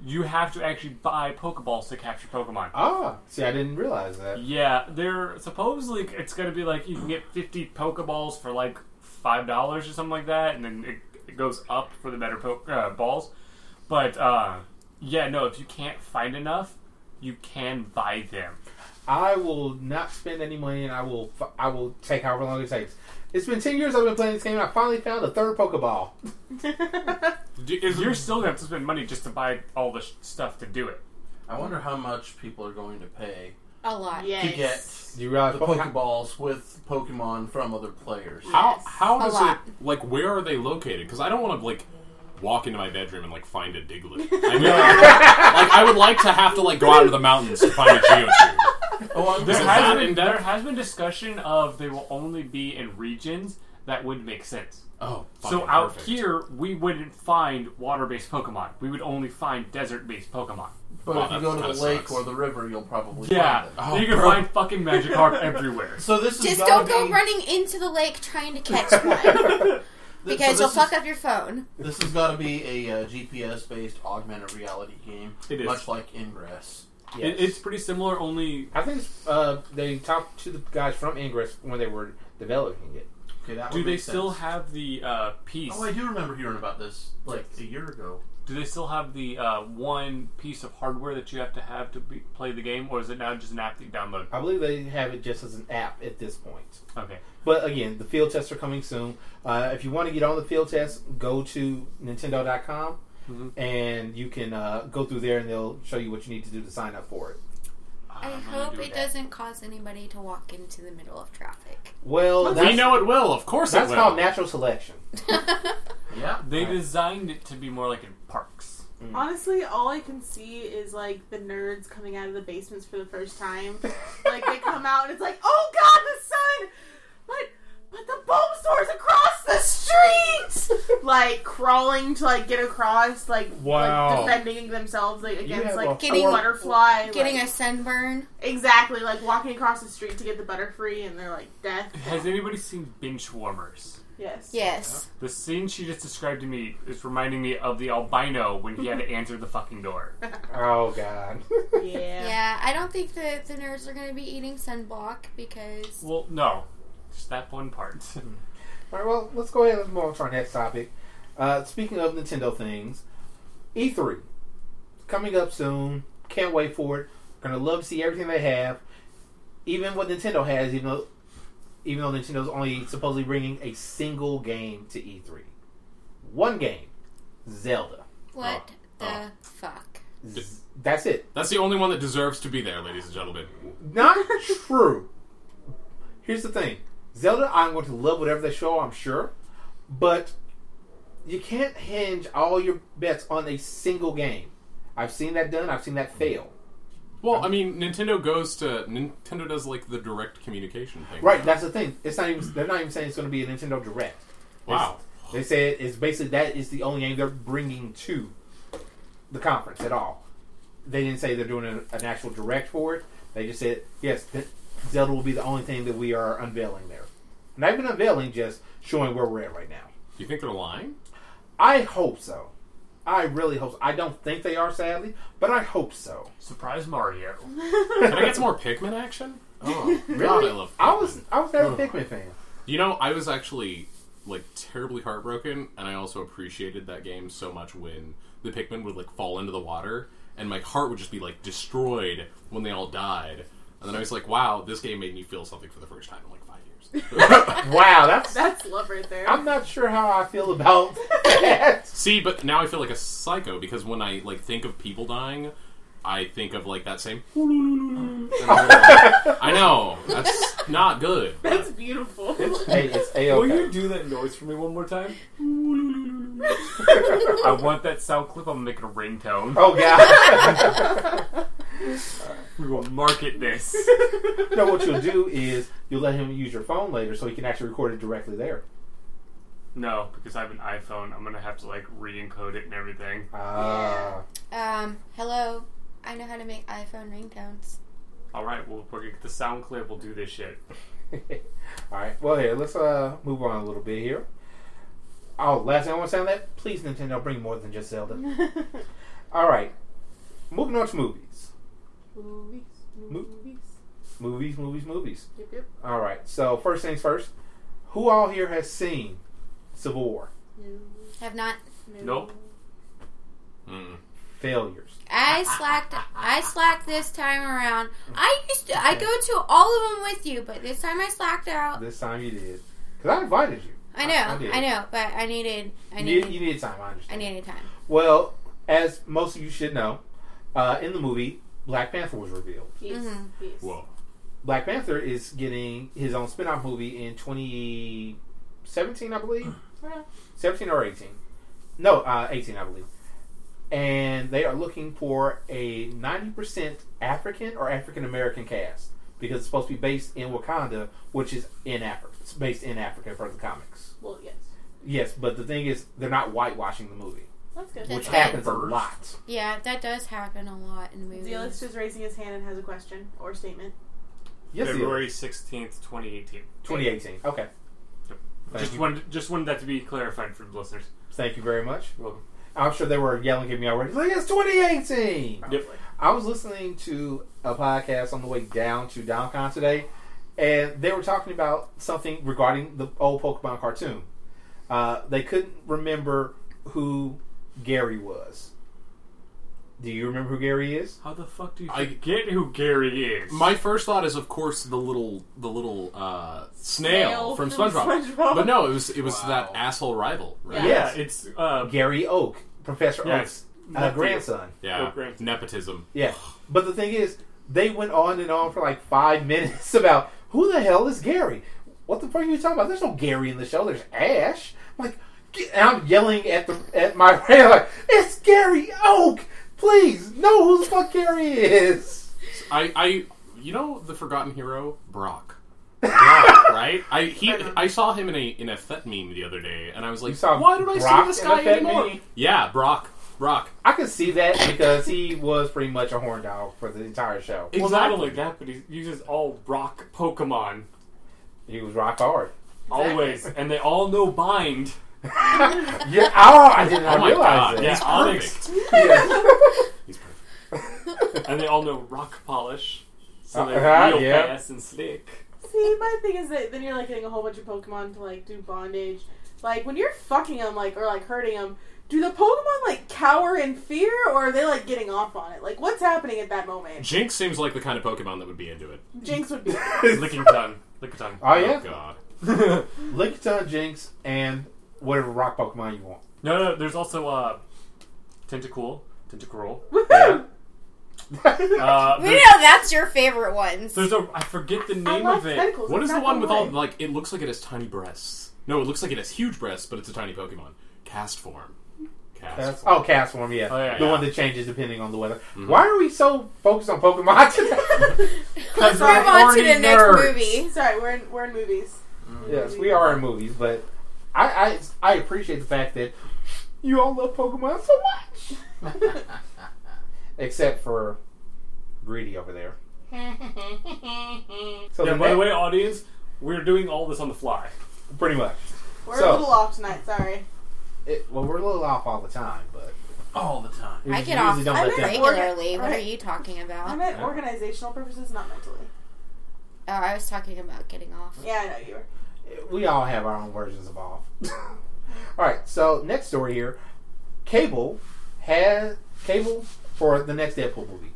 Speaker 9: you have to actually buy Pokeballs to capture Pokemon.
Speaker 5: Ah, see, I didn't realize that.
Speaker 9: Yeah, they're supposedly it's gonna be like you can get fifty Pokeballs for like five dollars or something like that, and then it, it goes up for the better po- uh, balls. But uh, yeah, no, if you can't find enough, you can buy them.
Speaker 5: I will not spend any money, and I will f- I will take however long it takes. It's been ten years I've been playing this game. and I finally found a third Pokeball.
Speaker 8: Do- is-
Speaker 9: You're still gonna have to spend money just to buy all the sh- stuff to do it.
Speaker 6: I wonder how much people are going to pay
Speaker 7: A lot.
Speaker 10: yes.
Speaker 6: to get
Speaker 5: Do you realize
Speaker 6: the
Speaker 5: Poke-
Speaker 6: Pokeballs with Pokemon from other players.
Speaker 8: how
Speaker 10: Yes,
Speaker 8: how
Speaker 7: a
Speaker 8: does
Speaker 7: lot.
Speaker 8: it like? Where are they located? Because I don't want to like walk into my bedroom and like find a
Speaker 10: (laughs)
Speaker 8: Diglett. I mean, like I would like to have to like go out into the mountains to find
Speaker 10: (laughs)
Speaker 8: a Geodude.
Speaker 6: Oh, I'm
Speaker 9: There
Speaker 8: Is
Speaker 9: has,
Speaker 8: that
Speaker 9: been,
Speaker 8: in
Speaker 9: there
Speaker 8: depth?
Speaker 9: has been discussion of they will only be in regions that would make sense.
Speaker 8: Oh,
Speaker 9: So
Speaker 8: fucking
Speaker 9: out
Speaker 8: perfect.
Speaker 9: here, we wouldn't find water-based Pokemon. We would only find desert-based Pokemon.
Speaker 6: but
Speaker 9: Oh,
Speaker 8: Wow,
Speaker 6: if you
Speaker 8: that
Speaker 6: go to
Speaker 8: kinda
Speaker 6: the lake
Speaker 8: sucks.
Speaker 6: or the river, you'll probably
Speaker 9: Yeah,
Speaker 6: find them.
Speaker 8: Oh,
Speaker 9: you can
Speaker 8: bro.
Speaker 9: find fucking (laughs) Magikarp everywhere.
Speaker 6: So this is
Speaker 7: Just
Speaker 6: gotta
Speaker 7: don't go
Speaker 6: be,
Speaker 7: running into the lake trying to catch one
Speaker 6: th-
Speaker 7: because
Speaker 6: so
Speaker 7: you'll
Speaker 6: this
Speaker 7: fuck
Speaker 6: is-
Speaker 7: up your phone.
Speaker 6: This has got to be a uh, GPS-based augmented reality game,
Speaker 9: It is.
Speaker 6: much like Ingress.
Speaker 5: Yes.
Speaker 9: It, it's pretty similar, only
Speaker 5: I think it's, uh, they talked to the guys from Ingress when they were developing it.
Speaker 6: Okay, that
Speaker 9: do
Speaker 6: would
Speaker 9: they
Speaker 6: make
Speaker 9: still
Speaker 6: sense.
Speaker 9: have the uh, piece?
Speaker 6: Oh, I do remember hearing about this like a year ago.
Speaker 9: do they still have the uh, one piece of hardware that you have to have to be, play the game, or is it now just an app that you download?
Speaker 5: I believe they have it just as an app at this point.
Speaker 9: Okay,
Speaker 5: But again, the field tests are coming soon. Uh, if you want to get on the field test, go to Nintendo.com
Speaker 8: Mm-hmm.
Speaker 9: Mhm.
Speaker 5: and you can uh, go through there and they'll show you what you need to do to sign up for it.
Speaker 7: I
Speaker 9: I'm gonna
Speaker 7: hope
Speaker 9: do
Speaker 7: it
Speaker 9: that.
Speaker 7: doesn't cause anybody to walk into the middle of traffic.
Speaker 5: Well, that's,
Speaker 8: we know it will. Of course,
Speaker 5: that's
Speaker 8: it
Speaker 5: called
Speaker 8: will.
Speaker 5: natural selection.
Speaker 6: Yeah,
Speaker 9: They designed it to be more like in parks.
Speaker 10: Honestly, all I can see is like the nerds coming out of the basements for the first
Speaker 9: (laughs)
Speaker 10: time. like they come out and it's like, oh god, the sun! But but the Bulbasaur's across the street! like crawling to like get across, like,
Speaker 5: Wow.
Speaker 10: like defending themselves like
Speaker 5: have
Speaker 10: against
Speaker 5: a
Speaker 10: like
Speaker 7: Getting-
Speaker 10: butterfly.
Speaker 7: Getting
Speaker 10: like,
Speaker 7: a sunburn.
Speaker 10: exactly like walking across the street to get the butterfree and they're like death.
Speaker 9: Has anybody seen Benchwarmers?
Speaker 10: Yes.
Speaker 7: Yes.
Speaker 9: The scene she just described to me is reminding me of the albino when he had to answer the
Speaker 10: (laughs)
Speaker 9: fucking door.
Speaker 5: Oh, God.
Speaker 10: Yeah.
Speaker 7: Yeah. I don't think the, the nerds are going to be eating sunblock because
Speaker 9: Well, no, just that one part.
Speaker 5: All right, well, let's go ahead and move on to our next topic. Uh, speaking of Nintendo things, E3 coming up soon. Can't wait for it. Gonna love to see everything they have, even what Nintendo has. Even though, even though Nintendo's only supposedly bringing a single game to E3, one game, Zelda.
Speaker 7: what
Speaker 8: Oh,
Speaker 7: the fuck?
Speaker 5: Z- that's it.
Speaker 8: That's the only one that deserves to be there, ladies and gentlemen.
Speaker 5: Not true. Here's the thing Zelda, I'm going to love whatever they show, I'm sure. But you can't hinge all your bets on a single game. I've seen that done, I've seen that fail.
Speaker 8: Well, I mean, Nintendo goes to Nintendo does like the direct communication thing.
Speaker 5: Right, that's the thing. It's not even they're not even saying it's going to be a Nintendo Direct.
Speaker 8: Wow.
Speaker 5: They said it's basically that is the only game they're bringing to the conference at all. They didn't say they're doing a, an actual direct for it. They just said yes, th- Zelda will be the only thing that we are unveiling there. Not even unveiling, just showing where we're at right now.
Speaker 8: Do you think they're lying?
Speaker 5: I hope so. I really hope. so. I don't think they are, sadly, but I hope so.
Speaker 9: Surprise Mario.
Speaker 8: Can I get some more Pikmin action?
Speaker 6: oh,
Speaker 8: Really? I love. Pikmin.
Speaker 5: I was I was never a Pikmin fan.
Speaker 8: You know, I was actually like terribly heartbroken, and I also appreciated that game so much when the Pikmin would like fall into the water, and my heart would just be like destroyed when they all died. And then I was like, "Wow, this game made me feel something for the first time in like five years."
Speaker 5: Wow, that's.
Speaker 10: That's love right there.
Speaker 5: I'm not sure how I feel about (laughs) that.
Speaker 8: See, but now I feel like a psycho because when I like think of people dying, I think of like that same. and I'm like, I know that's not good.
Speaker 10: That's beautiful.
Speaker 9: (laughs)
Speaker 5: Hey, it's a
Speaker 9: Will
Speaker 5: okay.
Speaker 9: you do that noise for me one more time? (laughs) I want that sound clip. I'm making a ringtone.
Speaker 5: Oh
Speaker 9: (laughs)
Speaker 5: god.
Speaker 9: We will
Speaker 10: (laughs)
Speaker 9: market this.
Speaker 5: no, what you'll do is you'll let him use your phone later, so he can actually record it directly there.
Speaker 9: No, because I have an iPhone. I'm gonna have to like re-encode it and everything.
Speaker 5: Ah.
Speaker 9: (laughs)
Speaker 7: Um, hello. I know how to make iPhone ringtones.
Speaker 9: All right, we'll we'll get the sound clip. We'll do this shit.
Speaker 5: All right. Well, here let's uh move on a little bit here. Oh, last thing I want to say on that. Please, Nintendo, bring more than just Zelda. All right. Moving on to movies.
Speaker 10: movies, movies.
Speaker 5: Movies, movies, movies.
Speaker 10: Yep, yep.
Speaker 5: All right. So first things first. Who all here has seen Civil War?
Speaker 10: No,
Speaker 7: Have not.
Speaker 10: no.
Speaker 9: Nope.
Speaker 8: Mm.
Speaker 5: Failures.
Speaker 7: I slacked. I slacked this time around. I used to. I go to all of them with you, but this time I slacked out.
Speaker 5: This time you did. Because I invited you.
Speaker 7: I know.
Speaker 5: I- I did.
Speaker 7: I, know, but I needed. I
Speaker 5: you,
Speaker 7: needed.
Speaker 5: you needed time, I
Speaker 7: I
Speaker 5: understand.
Speaker 7: needed time.
Speaker 5: Well, as most of you should know, uh, in the movie, Black Panther was revealed.
Speaker 10: Yes,
Speaker 7: Mhm.
Speaker 10: yes.
Speaker 8: Whoa.
Speaker 5: Black Panther is getting his own spin off movie in 2017, I believe.
Speaker 10: Well,
Speaker 5: 17 or 18. No, uh, 18, I believe. And they are looking for a 90% African or African American cast because it's supposed to be based in Wakanda, which is in Africa. It's based in Africa for the comics.
Speaker 10: well, yes.
Speaker 5: Yes, but the thing is, they're not whitewashing the movie,
Speaker 10: That's good.
Speaker 7: That's
Speaker 5: which
Speaker 7: good.
Speaker 5: happens a lot.
Speaker 7: Yeah, that does happen a lot in
Speaker 10: Felix
Speaker 7: movies.
Speaker 10: is raising his hand and has a question or statement.
Speaker 5: Yes, it is.
Speaker 9: February sixteenth, twenty eighteen.
Speaker 5: 2018. Okay.
Speaker 9: Yep.
Speaker 5: Thank
Speaker 9: Just
Speaker 5: you.
Speaker 9: wanted just wanted that to be clarified for the listeners.
Speaker 5: Thank you very much.
Speaker 9: You're welcome.
Speaker 5: I'm sure they were yelling at me already. Like, it's 2018!
Speaker 9: Yep.
Speaker 5: I was listening to a podcast on the way down to DomCon today, and they were talking about something regarding the old Pokemon cartoon. Uh, they couldn't remember who Gary was. Do you remember who Gary is?
Speaker 9: How the fuck do you
Speaker 8: I-
Speaker 9: forget who Gary is?
Speaker 8: My first thought is, of course, the little the little uh,
Speaker 10: Snail
Speaker 8: snail, from
Speaker 10: from
Speaker 8: SpongeBob.
Speaker 10: SpongeBob.
Speaker 8: But no, it was it was
Speaker 9: Wow.
Speaker 8: that asshole rival. Right?
Speaker 9: yeah,
Speaker 5: Yes.
Speaker 9: it's uh,
Speaker 5: Gary Oak, Professor
Speaker 9: Yes.
Speaker 5: Oak's uh,
Speaker 9: Nephew.
Speaker 5: grandson.
Speaker 8: Yeah,
Speaker 9: Correct.
Speaker 8: nepotism.
Speaker 5: Yeah. But the thing is, they went on and on for like five (laughs) minutes about who the hell is Gary? What the fuck are you talking about? There's no Gary in the show. There's Ash. I'm like, "G-" and I'm yelling at the at my (laughs) friend like, it's Gary Oak. Please know who the fuck Gary is.
Speaker 8: I, I, you know, the forgotten hero, Brock. (laughs) Brock, right? I he I saw him in a in a fet meme the other day, and I was like,
Speaker 5: You saw
Speaker 8: why did I
Speaker 5: Brock
Speaker 8: see this
Speaker 5: in a
Speaker 8: guy
Speaker 5: Fet
Speaker 8: anymore?
Speaker 5: meme?
Speaker 8: Yeah, Brock, Brock.
Speaker 5: I could see that because he was pretty much a horn dog for the entire show.
Speaker 9: well, not only that, but he uses all rock Pokemon
Speaker 5: He was rock hard. (laughs)
Speaker 9: always, and they all know Bind.
Speaker 5: Yeah. Oh, I did not
Speaker 8: Oh my
Speaker 5: realize
Speaker 8: God,
Speaker 5: that.
Speaker 9: Yeah,
Speaker 8: He's
Speaker 9: Onyx,
Speaker 5: (laughs) Yeah.
Speaker 8: He's perfect.
Speaker 9: and they all know Rock Polish, so they're
Speaker 5: Uh-huh,
Speaker 9: real
Speaker 5: yeah.
Speaker 9: fast and slick.
Speaker 10: See, my thing is that then you're like getting a whole bunch of Pokemon to like do bondage. Like when you're fucking them, like or like hurting them, do the Pokemon like cower in fear, or are they like getting off on it? Like what's happening at that moment?
Speaker 8: Jinx seems like the kind of Pokemon that would be into it.
Speaker 10: Jinx would be.
Speaker 9: Licking tongue, licking tongue.
Speaker 5: Oh yeah.
Speaker 8: God.
Speaker 5: Lickitung, Jinx, and whatever rock Pokemon you want.
Speaker 9: No, no. There's also uh, Tentacool,
Speaker 10: (laughs)
Speaker 9: Tentacruel.
Speaker 5: Yeah.
Speaker 9: Uh,
Speaker 7: (laughs) We
Speaker 9: there's,
Speaker 7: know that's your favorite ones.
Speaker 9: there's a I forget the
Speaker 10: I
Speaker 9: name
Speaker 10: love
Speaker 9: of it.
Speaker 10: tentacles.
Speaker 8: What
Speaker 10: it's
Speaker 8: is the
Speaker 10: not
Speaker 8: one with all
Speaker 10: way.
Speaker 8: like? It looks like it has tiny breasts. No, it looks like it has huge breasts, but it's a tiny Pokemon. Cast form. Cast.
Speaker 5: Cast,
Speaker 8: form.
Speaker 5: oh, cast form, yeah.
Speaker 9: Oh, yeah,
Speaker 5: the
Speaker 9: yeah. Mm-hmm.
Speaker 5: one that changes depending on the weather. Why are we so focused on Pokemon (laughs) today?
Speaker 7: Let's move
Speaker 9: they're
Speaker 7: on to the
Speaker 9: horny
Speaker 7: next
Speaker 9: nerds.
Speaker 7: movie.
Speaker 10: Sorry, we're in we're in movies.
Speaker 5: yes, we are in movies, but I, I I appreciate the fact that you all love Pokemon so much.
Speaker 9: (laughs)
Speaker 5: Except for Greedy
Speaker 9: (laughs)
Speaker 5: over there. so
Speaker 9: Yeah.
Speaker 5: the
Speaker 9: By the
Speaker 5: next-
Speaker 9: way, audience, we're doing all this on the fly.
Speaker 5: pretty much.
Speaker 10: We're
Speaker 5: So-
Speaker 10: a little off tonight. Sorry.
Speaker 5: It, well, we're a little off all the time, but
Speaker 6: all the time.
Speaker 5: we
Speaker 7: I get
Speaker 5: usually
Speaker 7: off
Speaker 5: don't
Speaker 10: I
Speaker 5: let
Speaker 10: meant
Speaker 5: that-
Speaker 10: orga-
Speaker 7: regularly. What are
Speaker 10: right.
Speaker 7: you talking
Speaker 10: I
Speaker 7: about?
Speaker 10: meant organizational purposes, not mentally.
Speaker 7: Oh, I was talking about getting off.
Speaker 10: Yeah, I know you were.
Speaker 5: we all have our own versions of all. (laughs) all right, so next story here. Cable has cable for the next Deadpool movie.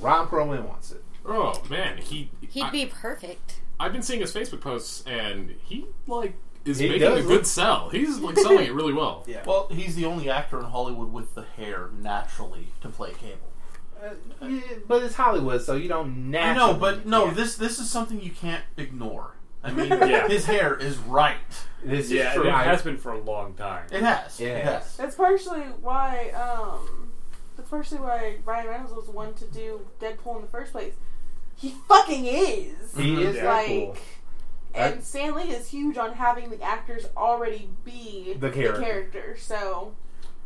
Speaker 5: Ron Perlman wants it.
Speaker 8: Oh man, he.
Speaker 7: He'd
Speaker 8: I,
Speaker 7: be perfect.
Speaker 8: I've been seeing his Facebook posts, and he like is
Speaker 5: He
Speaker 8: making a
Speaker 5: does
Speaker 8: good
Speaker 5: look-
Speaker 8: sell. He's like selling it really well.
Speaker 5: (laughs) Yeah.
Speaker 6: Well, he's the only actor in Hollywood with the hair naturally to play Cable.
Speaker 5: but it's Hollywood, so you don't
Speaker 6: I
Speaker 5: naturally.
Speaker 6: know, but no,
Speaker 5: Yeah.
Speaker 6: this this is something you can't ignore. I mean,
Speaker 9: Yeah.
Speaker 6: his hair is right.
Speaker 5: This
Speaker 9: Yeah,
Speaker 5: is
Speaker 9: and
Speaker 5: true.
Speaker 9: it
Speaker 5: I-
Speaker 9: has been for a long time.
Speaker 6: It has. It
Speaker 5: Yeah.
Speaker 6: has.
Speaker 10: That's partially why. Um, that's partially why Ryan Reynolds was one to do Deadpool in the first place. He fucking is.
Speaker 5: he is
Speaker 9: Yeah.
Speaker 10: like,
Speaker 5: cool.
Speaker 10: and Stan Lee is huge on having the actors already be
Speaker 5: The character.
Speaker 10: So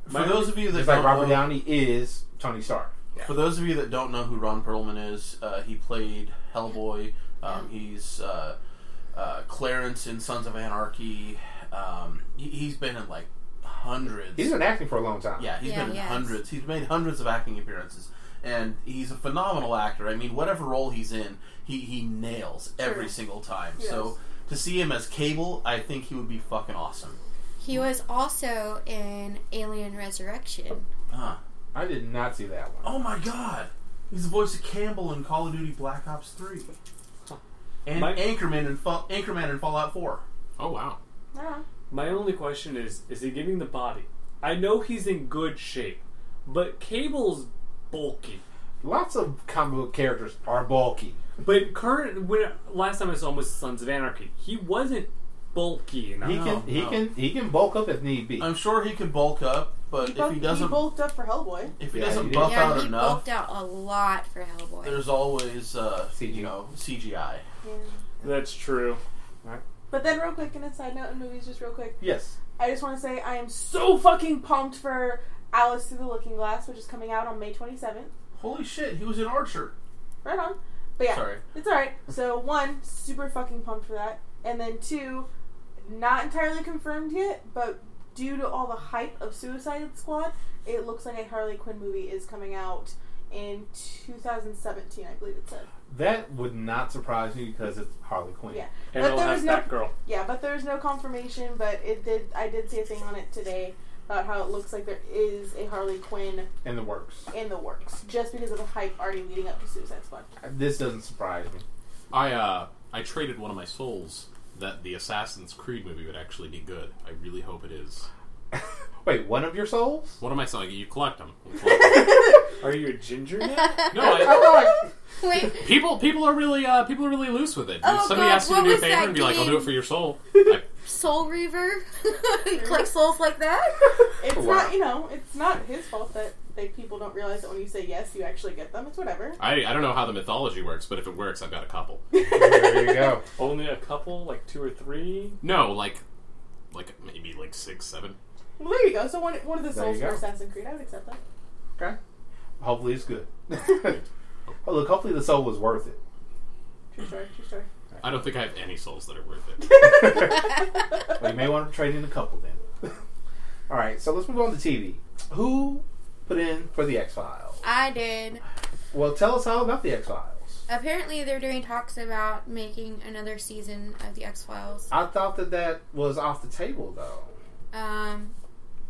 Speaker 6: For
Speaker 9: My-
Speaker 6: those of you that
Speaker 5: It's
Speaker 6: don't
Speaker 5: like Robert
Speaker 6: know,
Speaker 5: Downey is Tony Stark.
Speaker 6: For those of you that don't know who Ron Perlman is, uh, he played Hellboy. Um, he's uh, uh, Clarence in Sons of Anarchy. Um, he, he's been in like hundreds.
Speaker 5: He's been acting for a long time.
Speaker 6: yeah, he's
Speaker 7: Yeah,
Speaker 6: been in
Speaker 7: he has.
Speaker 6: hundreds. He's made hundreds of acting appearances, and he's a phenomenal actor. I mean, whatever role he's in, he he nails every
Speaker 10: Sure.
Speaker 6: single time.
Speaker 10: Yes.
Speaker 6: So to see him as Cable, I think he would be fucking awesome.
Speaker 7: He was also in Alien Resurrection.
Speaker 6: Huh.
Speaker 5: I did not see that one.
Speaker 6: Oh my god. He's the voice of Campbell in Call of Duty Black Ops 3. And
Speaker 9: My-
Speaker 6: Anchorman in Fall- Anchorman in Fallout 4.
Speaker 8: Oh wow.
Speaker 10: yeah.
Speaker 9: My only question is: Is he giving the body? I know he's in good shape, but Cable's bulky.
Speaker 5: Lots of comic book characters are bulky.
Speaker 9: But current when last time I saw him was Sons of Anarchy, he wasn't bulky enough.
Speaker 5: He
Speaker 6: No,
Speaker 5: can he
Speaker 6: no.
Speaker 5: can he can bulk up if need be.
Speaker 6: I'm sure he could bulk up, but
Speaker 10: he,
Speaker 6: if
Speaker 10: bulked,
Speaker 6: he
Speaker 10: he,
Speaker 6: doesn't
Speaker 10: bulked up for Hellboy.
Speaker 6: if he
Speaker 5: Yeah,
Speaker 6: doesn't
Speaker 5: he
Speaker 6: buff
Speaker 7: yeah,
Speaker 6: out
Speaker 7: he
Speaker 6: enough,
Speaker 7: bulked out a lot for Hellboy.
Speaker 6: there's always uh,
Speaker 5: CGI.
Speaker 6: you know CGI.
Speaker 10: Yeah.
Speaker 9: That's true.
Speaker 10: But then, real quick, in a side note in movies, just real quick,
Speaker 5: Yes.
Speaker 10: I just want to say I am so fucking pumped for Alice Through the Looking Glass, which is coming out on May 27th.
Speaker 6: Holy shit, he was an Archer.
Speaker 10: Right on. But yeah,
Speaker 6: Sorry.
Speaker 10: it's alright. So, one, super fucking pumped for that. And then two, not entirely confirmed yet, but due to all the hype of Suicide Squad, it looks like a Harley Quinn movie is coming out in 2017, I believe it said.
Speaker 5: That would not surprise me because it's Harley Quinn.
Speaker 10: Yeah.
Speaker 9: And
Speaker 10: But
Speaker 9: it'll
Speaker 10: there
Speaker 9: have
Speaker 10: was no-
Speaker 9: that girl.
Speaker 10: Yeah, but there's no confirmation, but it did I did see a thing on it today about how it looks like there is a Harley Quinn
Speaker 5: In the works.
Speaker 10: in the works just because of the hype already leading up to Suicide Squad.
Speaker 5: This doesn't surprise me.
Speaker 8: I uh I traded one of my souls that the Assassin's Creed movie would actually be good. I really hope it is.
Speaker 5: Wait, one of your souls?
Speaker 8: What am I selling? You
Speaker 5: (laughs)
Speaker 8: collect them. You collect
Speaker 9: Are you a
Speaker 7: (laughs)
Speaker 9: ginger now?
Speaker 8: 'em. No, I,
Speaker 7: Wait,
Speaker 8: people people are really uh, people are really loose with it.
Speaker 7: Oh,
Speaker 8: Somebody
Speaker 7: God,
Speaker 8: asks you
Speaker 7: what
Speaker 8: to do a
Speaker 7: was
Speaker 8: favor
Speaker 7: that
Speaker 8: and be like, "I'll do it
Speaker 7: game?
Speaker 8: for your soul." I,
Speaker 7: Soul Reaver? (laughs) He Collect souls
Speaker 10: (laughs)
Speaker 7: like that?
Speaker 10: It's
Speaker 5: (laughs) Wow.
Speaker 10: not, you know, it's not his fault that like people don't realize that when you say yes, you actually get them. It's whatever.
Speaker 8: I I don't know how the mythology works, but if it works, I've got a couple.
Speaker 5: There you go.
Speaker 9: Only a couple, like two or three.
Speaker 8: No, like like maybe like six, seven.
Speaker 10: Well, (laughs) there you go. So one, one of the
Speaker 5: There
Speaker 10: souls
Speaker 5: you go.
Speaker 10: for Assassin's Creed, I would accept that.
Speaker 5: Hopefully it's good. (laughs) oh, look, hopefully the soul was worth it.
Speaker 10: True story. True story.
Speaker 8: I don't think I have any souls that are worth
Speaker 7: (laughs)
Speaker 8: it.
Speaker 5: Well, you may want to trade in a couple then. (laughs) All right, so let's move on to TV. Who put in for the X Files?
Speaker 7: I did.
Speaker 5: Well, tell us all about the X Files.
Speaker 7: Apparently, they're doing talks about making another season of the X Files.
Speaker 5: I thought that that was off the table though.
Speaker 7: Um,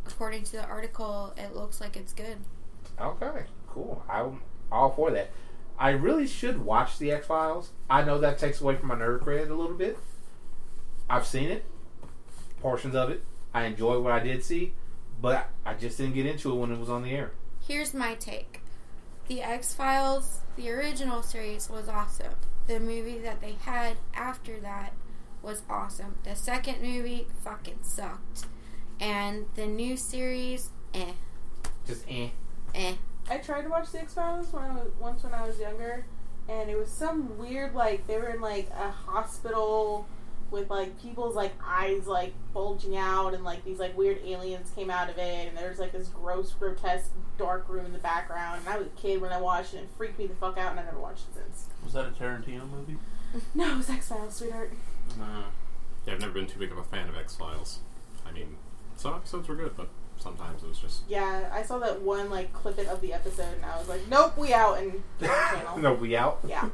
Speaker 7: according to the article, it looks like it's good.
Speaker 5: Okay, cool. I'm all for that. I really should watch the X Files. I know that takes away from my nerd cred a little bit. I've seen it, portions of it. I enjoyed what I did see, but I just didn't get into it when it was on the air.
Speaker 7: Here's my take The X Files, the original series, was awesome. The movie that they had after that was awesome. The second movie fucking sucked. And the new series, eh,
Speaker 5: Just eh.
Speaker 7: eh.
Speaker 10: I tried to watch The X Files when I was once when I was younger, and it was some weird like they were in like a hospital with like people's like eyes like bulging out and like these like weird aliens came out of it and there was like this gross grotesque dark room in the background and I was a kid when I watched it and it freaked me the fuck out and I never watched it since.
Speaker 6: Was that a Tarantino movie?
Speaker 10: No, it was X Files, Oh, sweetheart.
Speaker 6: No.
Speaker 8: Yeah, I've never been too big of a fan of X Files. I mean, some episodes were good, but sometimes it was just
Speaker 10: Yeah, I saw that one like clip it of the episode and I was like, Nope, we out and channel.
Speaker 5: no, we out.
Speaker 10: Yeah.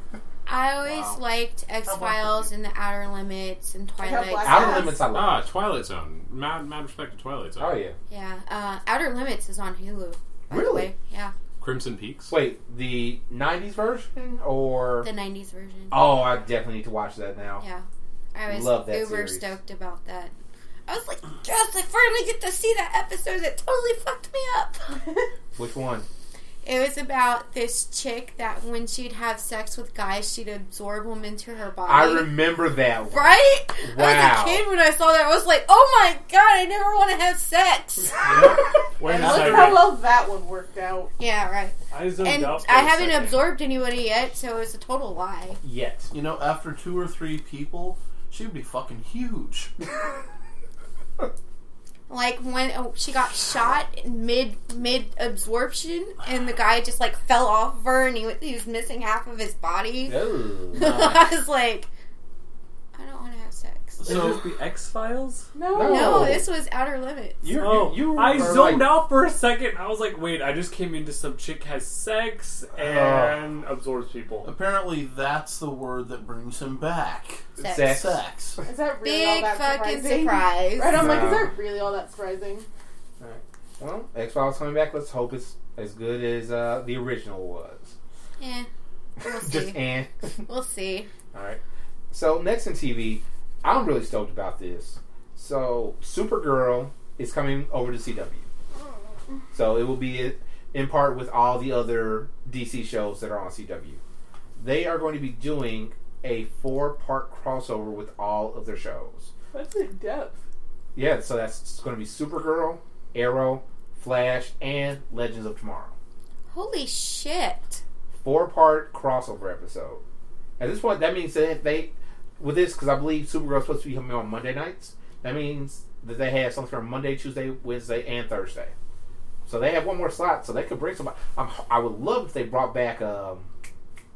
Speaker 7: I always
Speaker 6: Wow.
Speaker 7: liked X Files and The Outer Limits and
Speaker 10: I have
Speaker 7: Twilight.
Speaker 10: Black-
Speaker 5: Outer Limits, I love.
Speaker 8: ah Twilight Zone. Mad mad respect to Twilight Zone.
Speaker 5: Oh yeah.
Speaker 7: Yeah, uh, Outer Limits is on Hulu. by the
Speaker 5: Really?
Speaker 7: way. Yeah,
Speaker 8: Crimson Peaks.
Speaker 5: Wait, the '90s version or
Speaker 7: the '90s version.
Speaker 5: oh, I definitely need to watch that now.
Speaker 7: Yeah, I was
Speaker 5: Love that
Speaker 7: uber
Speaker 5: series.
Speaker 7: stoked about that. I was like, yes, I finally get to see that episode that totally fucked me up.
Speaker 5: Which one?
Speaker 7: It was about this chick that when she'd have sex with guys, she'd absorb them into her body.
Speaker 5: I remember that one.
Speaker 7: Right? I
Speaker 5: Wow.
Speaker 7: was a kid when I saw that. I was like, oh my god, I never want to have sex.
Speaker 9: Wait
Speaker 10: And
Speaker 9: a
Speaker 10: look at
Speaker 9: second.
Speaker 10: how well that one worked out.
Speaker 7: (laughs) yeah, right.
Speaker 9: I zoned
Speaker 7: And
Speaker 9: out for
Speaker 7: I
Speaker 9: a
Speaker 7: haven't
Speaker 9: second.
Speaker 7: absorbed anybody yet, so it's a total lie.
Speaker 5: Yet.
Speaker 6: You know, after two or three people, she would be fucking huge.
Speaker 7: Like when oh, she got shot mid mid absorption, and the guy just like fell off of her, and he, wa- he was missing half of his body.
Speaker 5: No.
Speaker 7: (laughs) I was like, I don't want to have sex.
Speaker 9: Would it
Speaker 6: So
Speaker 9: just be X Files?
Speaker 5: No.
Speaker 7: No, this was Outer Limits.
Speaker 5: You're,
Speaker 9: Oh,
Speaker 5: you, you
Speaker 9: I
Speaker 5: were
Speaker 9: zoned
Speaker 5: like,
Speaker 9: out for a second. I was like, wait, I just came into some chick has sex and absorbs people.
Speaker 6: apparently, that's the word that brings him back.
Speaker 7: Sex.
Speaker 5: Sex.
Speaker 6: Sex.
Speaker 10: Is that really all
Speaker 7: Big
Speaker 10: that
Speaker 7: fucking
Speaker 10: surprising?
Speaker 7: surprise.
Speaker 10: Right, I'm like,
Speaker 5: No.
Speaker 10: is that really all that surprising?
Speaker 5: Well, X Files coming back. Let's hope it's as good as uh, the original was.
Speaker 7: Eh, we'll
Speaker 5: Just
Speaker 7: see.
Speaker 5: and.
Speaker 7: (laughs) We'll see.
Speaker 5: All right. So next in TV, I'm really stoked about this. So Supergirl is coming over to CW. So it will be i- in part with all the other DC shows that are on CW. They are going to be doing a four-part crossover with all of their shows.
Speaker 10: That's in depth.
Speaker 5: Yeah, so that's going to be Supergirl, Arrow, Flash, and Legends of Tomorrow.
Speaker 6: (laughs)
Speaker 7: Holy shit.
Speaker 5: Four part crossover episode. At this point, that means that if they, with this, because I believe Supergirl's supposed to be coming on Monday nights, that means that they have something on Monday, Tuesday, Wednesday, and Thursday. So they have one more slot, so they could bring somebody. I'm, I would love if they brought back, um,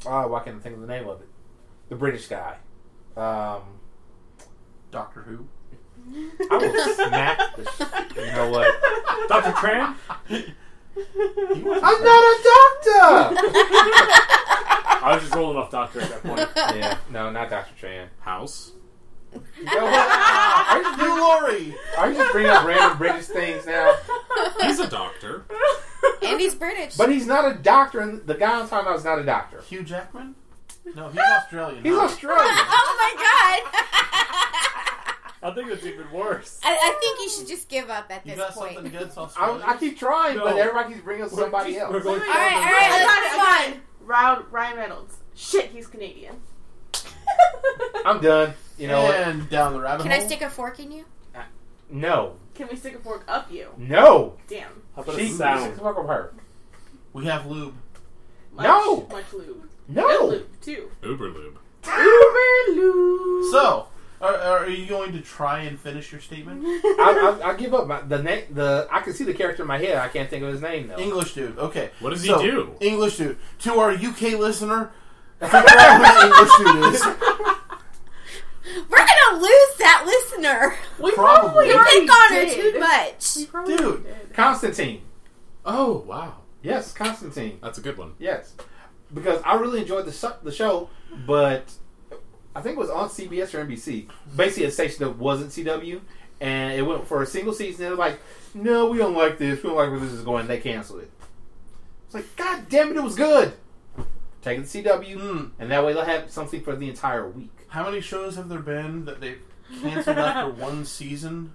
Speaker 5: oh, why can't I think of the name of it? The British guy. Um,
Speaker 6: Doctor Who.
Speaker 5: I will smack the sh- You
Speaker 6: (laughs)
Speaker 5: know what?
Speaker 9: Dr. Tran?
Speaker 5: I'm not a doctor!
Speaker 9: I was just rolling off Doctor at that point.
Speaker 5: yeah, no, not Dr. Tran.
Speaker 8: House.
Speaker 5: You know what? Are you just,
Speaker 6: Hugh Laurie.
Speaker 5: are
Speaker 9: (laughs)
Speaker 5: you just bringing up random British things now?
Speaker 8: He's
Speaker 7: (laughs)
Speaker 8: a doctor.
Speaker 7: And he's British.
Speaker 5: But he's not a doctor, and the guy I'm talking about is not a doctor.
Speaker 6: Hugh Jackman. No, he's Australian.
Speaker 5: He's
Speaker 9: (laughs)
Speaker 6: huh?
Speaker 5: Australian.
Speaker 7: (laughs) oh my
Speaker 6: (laughs)
Speaker 7: god.
Speaker 9: I think it's even worse.
Speaker 7: I, I think you should just give up at
Speaker 6: You
Speaker 7: this
Speaker 6: got
Speaker 7: point.
Speaker 6: something against
Speaker 5: I,
Speaker 6: Australia?
Speaker 5: I keep trying, but
Speaker 9: No.
Speaker 5: everybody keeps bringing up somebody
Speaker 9: We're just-
Speaker 5: else.
Speaker 9: We're going
Speaker 7: All right, all right, let's
Speaker 10: I
Speaker 7: move
Speaker 10: got it, I got
Speaker 7: on.
Speaker 10: Round Ryan Reynolds. Shit, he's Canadian.
Speaker 5: I'm done. You know what?
Speaker 6: and down the rabbit
Speaker 7: Can
Speaker 6: hole.
Speaker 7: I stick a fork in you?
Speaker 5: No,
Speaker 10: Can we stick a fork up you?
Speaker 5: no.
Speaker 10: Damn.
Speaker 9: How about a
Speaker 5: She
Speaker 9: sound?
Speaker 5: fuck with her.
Speaker 6: we have lube.
Speaker 10: Much,
Speaker 5: No.
Speaker 10: Much lube. Good
Speaker 5: No.
Speaker 10: lube too.
Speaker 8: Uberlube.
Speaker 10: Uber lube.
Speaker 6: So, are, are you going to try and finish your statement?
Speaker 5: I, (laughs) I, I give up. My, the name, the I can see the character in my head. I can't think of his name though.
Speaker 6: English dude. Okay.
Speaker 8: What does
Speaker 6: So,
Speaker 8: he do?
Speaker 6: English dude. To our UK listener, figure out who the English dude is.
Speaker 7: We're gonna lose that listener.
Speaker 10: we
Speaker 6: probably
Speaker 10: probably
Speaker 7: You
Speaker 10: already
Speaker 7: pick on her
Speaker 10: did.
Speaker 7: too
Speaker 10: We
Speaker 7: much.
Speaker 10: probably
Speaker 6: Dude.
Speaker 10: did.
Speaker 5: Constantine.
Speaker 8: Oh wow,
Speaker 5: Yes, Constantine.
Speaker 8: that's a good one.
Speaker 5: Yes, because I really enjoyed the su- the show, but I think it was on CBS or NBC. Basically, a station that wasn't CW, and it went for a single season. And they're like, "No, we don't like this. We don't like where this is going." They canceled it. It's like, God damn it, it was good. Take it to CW,
Speaker 6: Hmm.
Speaker 5: and that way they'll have something for the entire week.
Speaker 6: How many shows have there been that they've canceled after one season?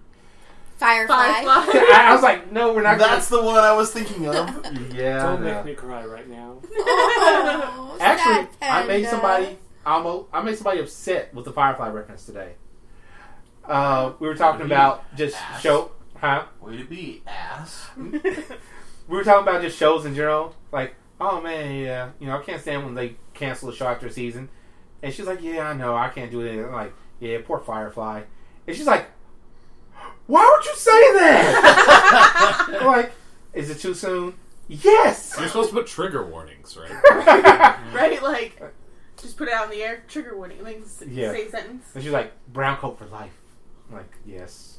Speaker 7: Firefly.
Speaker 10: Firefly.
Speaker 5: I, I was like, "No, we're not."
Speaker 6: That's the one I was thinking of.
Speaker 5: gonna- (laughs) yeah. I
Speaker 9: Don't
Speaker 5: know.
Speaker 9: make me cry right now.
Speaker 10: (laughs)
Speaker 7: Oh,
Speaker 5: Actually,
Speaker 7: sad
Speaker 5: I made
Speaker 7: panda.
Speaker 5: somebody almost. I made somebody upset with the Firefly reference today. Uh, we were talking about just
Speaker 6: Ass.
Speaker 5: show, huh?
Speaker 6: Way to be, ass.
Speaker 5: (laughs) We were talking about just shows in general. Like, oh man, yeah, you know, I can't stand when they cancel a show after a season. And she's like, yeah, I know, I can't do it. And I'm like, yeah, poor Firefly. And she's like, why would you say that? (laughs) I'm like, is it too soon? Yes. (laughs)
Speaker 8: You're supposed to put trigger warnings, right?
Speaker 10: right? Like, just put it out in the air. Trigger warning. And then s-
Speaker 5: Yeah.
Speaker 10: say sentence.
Speaker 5: And she's like, brown coat for life. I'm like, yes.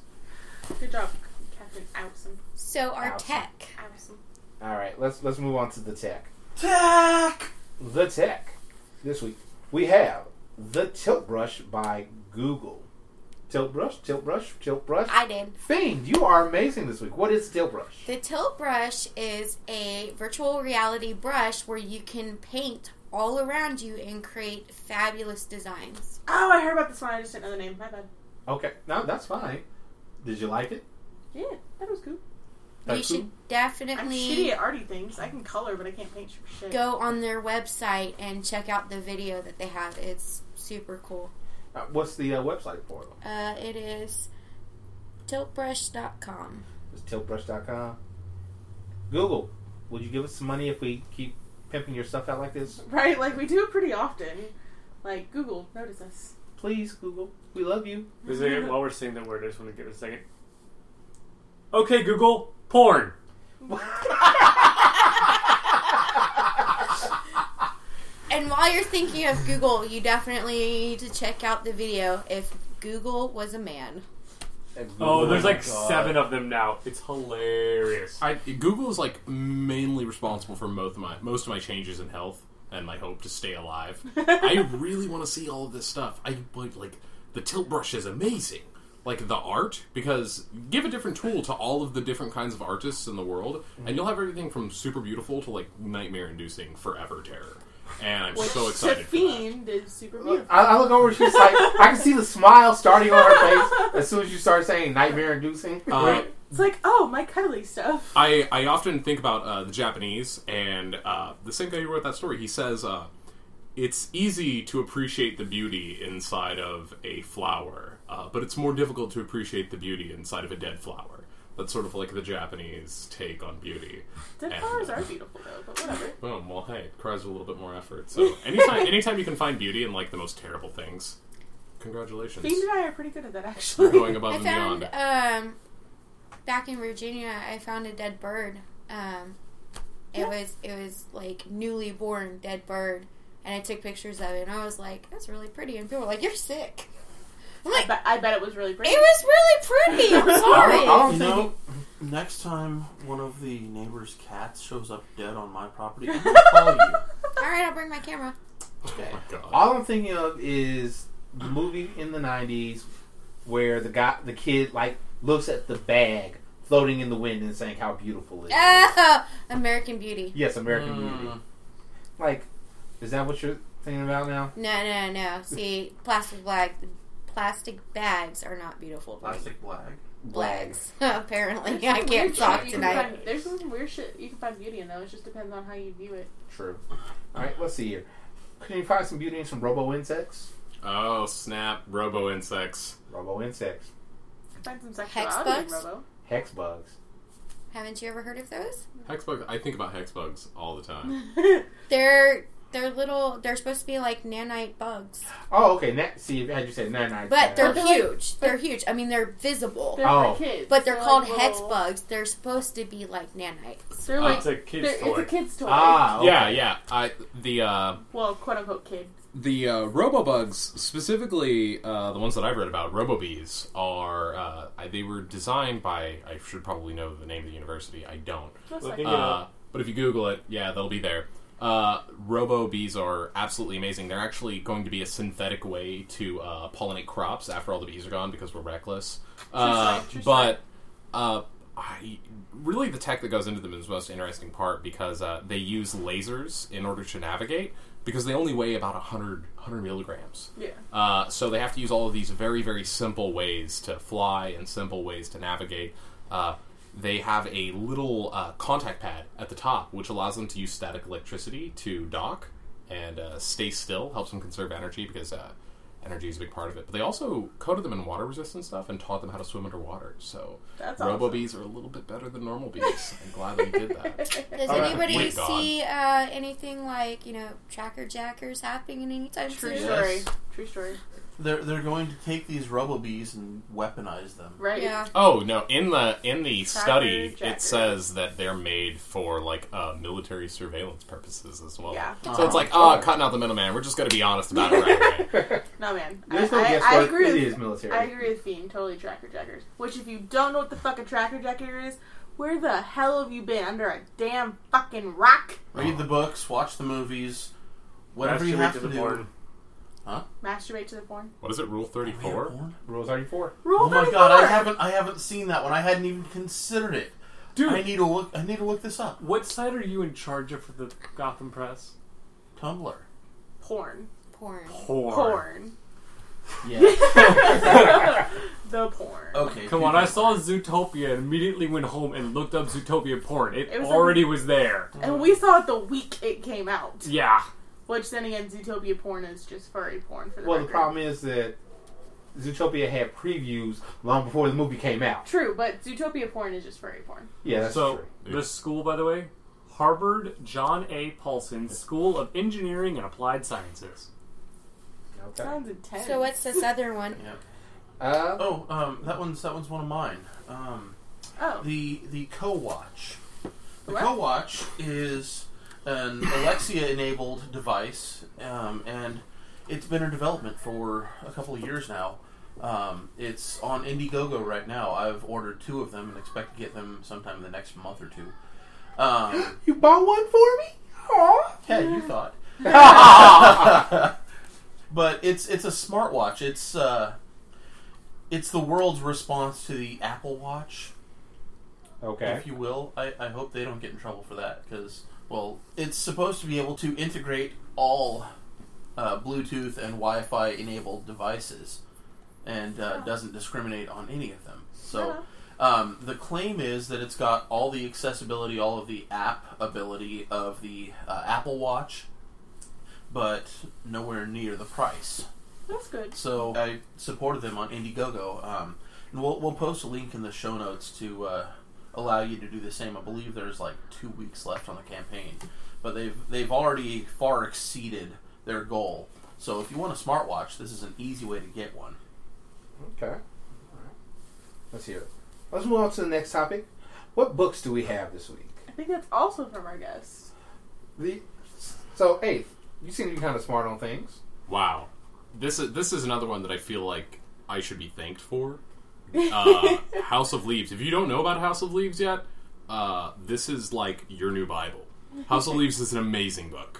Speaker 10: Good job, Captain Awesome.
Speaker 7: So our
Speaker 5: Awesome.
Speaker 7: tech.
Speaker 10: Awesome.
Speaker 5: All right, let's let's move on to the tech.
Speaker 6: Tack.
Speaker 5: The tech this week we have the Tilt Brush by Google. Tilt Brush, Tilt Brush, Tilt Brush.
Speaker 7: I did.
Speaker 5: Fiend, you are amazing this week. What is Tilt Brush?
Speaker 7: The tilt brush is a virtual reality brush where you can paint all around you and create fabulous designs.
Speaker 10: Oh, I heard about this one. I just didn't know the name. My bad.
Speaker 5: Okay, no, that's fine. Did you like it?
Speaker 10: Yeah, that was cool.
Speaker 7: you should
Speaker 10: I'm
Speaker 7: definitely
Speaker 10: shitty at arty things. I can color, but I can't paint for shit.
Speaker 7: go on their website and check out the video that they have. It's super cool.
Speaker 5: Uh, what's the uh, website for them?
Speaker 7: Uh, it is tiltbrush.com.
Speaker 5: It's tiltbrush.com. Google, would you give us some money if we keep pimping your stuff out like this?
Speaker 10: (laughs) Right? Like we do it pretty often. Like Google, notice us.
Speaker 5: Please, Google. We love you.
Speaker 9: Is it- while we're saying that word, I just want to give it a second. Okay, Google, porn.
Speaker 7: And while you're thinking of Google, you definitely need to check out the video if Google was a man.
Speaker 9: Oh, there's
Speaker 5: my
Speaker 9: like
Speaker 5: God.
Speaker 9: seven of them now. It's hilarious.
Speaker 8: I, Google is like mainly responsible for most of my most of my changes in health and my hope to stay
Speaker 10: (laughs)
Speaker 8: alive. I really want to see all of this stuff. I like like the tilt brush is amazing. Like the art, because give a different tool to all of the different kinds of artists in the world, and you'll have everything from super beautiful to like nightmare-inducing forever terror. And I'm
Speaker 10: Which
Speaker 8: so excited.
Speaker 10: to
Speaker 8: For that.
Speaker 10: fiend is super
Speaker 5: Look,
Speaker 10: beautiful.
Speaker 5: I, I look over. She's like, I can see the smile starting on her face as soon as you start saying nightmare inducing.
Speaker 8: Uh,
Speaker 10: It's like, oh, my cuddly stuff.
Speaker 8: I, I often think about uh, the Japanese and uh, the same guy who wrote that story. He says uh, it's easy to appreciate the beauty inside of a flower, uh, but it's more difficult to appreciate the beauty inside of a dead flower. That's sort of like the Japanese take on beauty.
Speaker 10: Dead
Speaker 8: And-
Speaker 10: flowers are beautiful though, but whatever.
Speaker 8: Oh, (laughs) well, hey, it requires a little bit more effort. So anytime anytime you can find beauty in like the most terrible things, congratulations.
Speaker 10: Fiend and I are pretty good at that
Speaker 8: You're
Speaker 10: actually.
Speaker 8: going above
Speaker 7: I
Speaker 8: and
Speaker 7: found
Speaker 8: beyond.
Speaker 7: um back in Virginia, I found a dead bird. Um, it
Speaker 10: Yeah.
Speaker 7: was it was like newly born dead bird, and I took pictures of it, and I was like, "That's really pretty," and people were like, "You're sick." I'm
Speaker 10: I
Speaker 7: like,
Speaker 10: bet, I bet it was really pretty.
Speaker 7: "It was really
Speaker 10: (laughs)
Speaker 7: pretty." I'm sorry.
Speaker 6: You know, next time one of the neighbor's cats shows up dead on my property, I'm gonna call you.
Speaker 7: All right, I'll bring my camera. (laughs)
Speaker 8: Oh my god.
Speaker 5: All I'm thinking of is the movie in the '90s where the guy, the kid, like looks at the bag floating in the wind and saying how beautiful it is.
Speaker 10: Ah.
Speaker 7: Oh, American Beauty.
Speaker 5: Yes, American Beauty.
Speaker 6: Mm,
Speaker 5: Like, is that what you're thinking about now?
Speaker 7: No, no, no. See, plastic bag, plastic bags are not beautiful. to me.
Speaker 6: Plastic black.
Speaker 7: Bags. (laughs) Apparently,
Speaker 10: There's some
Speaker 7: I
Speaker 10: weird
Speaker 7: can't
Speaker 10: shit
Speaker 7: talk
Speaker 10: you can
Speaker 7: tonight.
Speaker 10: find- there's some weird shit you can find beauty in though. It just depends on how you view it.
Speaker 5: True. All right, let's see here. Can you find some beauty in some robo insects?
Speaker 8: Oh snap! Robo insects.
Speaker 5: Robo insects,
Speaker 10: Find some
Speaker 7: Hex
Speaker 10: sexuality,
Speaker 7: bugs?
Speaker 10: Robo.
Speaker 5: hex bugs.
Speaker 7: Haven't you ever heard of those?
Speaker 8: Hexbugs. I think about hexbugs all the time.
Speaker 7: They're they're little. They're supposed to be like nanite bugs,
Speaker 5: Oh, okay. That, see, had you said nine nine,
Speaker 7: but they're
Speaker 10: But they're like-
Speaker 7: huge. They're huge. I mean, they're visible,
Speaker 10: They're
Speaker 5: Oh.
Speaker 10: for kids.
Speaker 7: but they're called
Speaker 10: like
Speaker 7: hex
Speaker 10: little-
Speaker 7: bugs. They're supposed to be like
Speaker 10: (laughs)
Speaker 7: nanites.
Speaker 10: They're
Speaker 8: Oh,
Speaker 10: like
Speaker 9: It's a
Speaker 10: they're-
Speaker 9: kid's
Speaker 10: it's a
Speaker 9: toy.
Speaker 10: kid's toy.
Speaker 5: ah, okay.
Speaker 8: Yeah, yeah. I the uh,
Speaker 10: Well, quote unquote kid.
Speaker 8: the uh, RoboBugs, specifically uh, the ones that I've read about, RoboBees, are uh, I- they were designed by I should probably know the name of the university. I don't.
Speaker 10: That's
Speaker 9: Well,
Speaker 10: like-
Speaker 9: they-
Speaker 8: Uh, but if you Google it, yeah, they'll be there. Uh, Robo bees are absolutely amazing. They're actually going to be a synthetic way to uh, pollinate crops after all the bees are gone because we're reckless. Uh,
Speaker 10: story, true
Speaker 8: but uh, I really the tech that goes into them is the most interesting part because uh, they use lasers in order to navigate because they only weigh about 100, 100 milligrams.
Speaker 10: yeah.
Speaker 8: Uh, so they have to use all of these very, very simple ways to fly and simple ways to navigate. Uh, they have a little uh, contact pad at the top, which allows them to use static electricity to dock and uh, stay still, helps them conserve energy because uh, energy is a big part of it. But they also coated them in water resistant stuff and taught them how to swim underwater. So
Speaker 10: That's
Speaker 8: robo
Speaker 10: awesome.
Speaker 8: bees are a little bit better than normal bees. I'm glad they did
Speaker 10: (laughs)
Speaker 8: that.
Speaker 7: Does
Speaker 8: All right.
Speaker 7: anybody
Speaker 8: Wait, God.
Speaker 7: see uh, anything like you know tracker jackers happening
Speaker 10: (laughs)
Speaker 7: anytime
Speaker 10: True
Speaker 7: soon?
Speaker 6: Yes.
Speaker 10: story. True story.
Speaker 6: They're they're going to take these rubble bees and weaponize them.
Speaker 10: Right.
Speaker 7: Yeah.
Speaker 8: Oh no! In the in the study,
Speaker 10: jacker.
Speaker 8: it says that they're made for like uh, military surveillance purposes as well.
Speaker 10: Yeah.
Speaker 8: So it's like, oh, cutting out the middleman. We're just going to be honest about it right away.
Speaker 10: (laughs) No man. I,
Speaker 5: There's no
Speaker 10: I,
Speaker 5: guesswork.
Speaker 10: I agree
Speaker 5: It
Speaker 10: with
Speaker 5: is military.
Speaker 10: I agree with Fiend, totally tracker jackers. Which, if you don't know what the fuck a tracker jacker is, where the hell have you been? Under a damn fucking rock?
Speaker 6: Read the books, watch the movies, whatever you
Speaker 9: Masturbate
Speaker 6: have
Speaker 9: to
Speaker 6: to
Speaker 9: the
Speaker 6: do.
Speaker 9: porn.
Speaker 10: Masturbate to the porn?
Speaker 8: What is it? Rule thirty four.
Speaker 5: Rule
Speaker 10: (laughs)
Speaker 5: thirty four.
Speaker 10: Rule
Speaker 6: Oh my
Speaker 10: 34!
Speaker 6: god, I haven't I haven't seen that one. I hadn't even considered it.
Speaker 9: Dude,
Speaker 6: I need to look I need to look this up.
Speaker 9: what site are you in charge of for the Gotham Press?
Speaker 6: Tumblr.
Speaker 10: Porn.
Speaker 7: Porn.
Speaker 9: Porn.
Speaker 10: Porn.
Speaker 5: Yeah.
Speaker 10: the porn.
Speaker 6: Okay.
Speaker 9: Come on, I saw Zootopia and immediately went home and looked up Zootopia porn. It,
Speaker 10: It was
Speaker 9: already was there.
Speaker 5: Uh,
Speaker 10: And we saw it the week it came out.
Speaker 9: Yeah.
Speaker 10: Which then again, Zootopia porn is just furry porn for the
Speaker 5: Well, the
Speaker 10: record.
Speaker 5: problem is that Zootopia had previews long before the movie came out.
Speaker 10: True, but Zootopia porn is just furry porn.
Speaker 5: Yeah, that's
Speaker 9: so,
Speaker 5: true.
Speaker 9: this school, by the way, Harvard John A. Paulson School of Engineering and Applied Sciences.
Speaker 5: Okay.
Speaker 10: Sounds intense.
Speaker 7: So what's this other one?
Speaker 5: Uh,
Speaker 6: Oh, um, that one's that one's one of mine. Um,
Speaker 10: Oh,
Speaker 6: the the co-watch. The
Speaker 10: What?
Speaker 6: co-watch is an Alexia-enabled device, um, and it's been in development for a couple of years now. Um, it's on Indiegogo right now. I've ordered two of them and expect to get them sometime in the next month or two. Um,
Speaker 5: you bought one for me? Aw.
Speaker 6: yeah, you (laughs) thought. but it's it's a smartwatch. It's uh, it's the world's response to the Apple Watch.
Speaker 5: Okay.
Speaker 6: if you will. I, I hope they don't get in trouble for that because, well, it's supposed to be able to integrate all uh, Bluetooth and Wi Fi enabled devices and
Speaker 10: Oh.
Speaker 6: uh, doesn't discriminate on any of them. So um, the claim is that it's got all the accessibility, all of the app ability of the uh, Apple Watch, but nowhere near the price.
Speaker 10: that's good.
Speaker 6: So I supported them on Indiegogo, um, and we'll we'll post a link in the show notes to uh, allow you to do the same. I believe there's like two weeks left on the campaign, but they've they've already far exceeded their goal. So if you want a smartwatch, this is an easy way to get one.
Speaker 5: Okay. All right. Let's hear it. Let's move on to the next topic. What books do we have this week?
Speaker 10: I think that's also from our guest.
Speaker 5: The so hey, you seem to be kind of smart on things.
Speaker 8: Wow, this is this is another one that I feel like I should be
Speaker 10: (laughs)
Speaker 8: thanked for. Uh, House of Leaves. If you don't know about House of Leaves yet, uh, this is like your new Bible.
Speaker 10: (laughs)
Speaker 8: House of Leaves is an amazing book.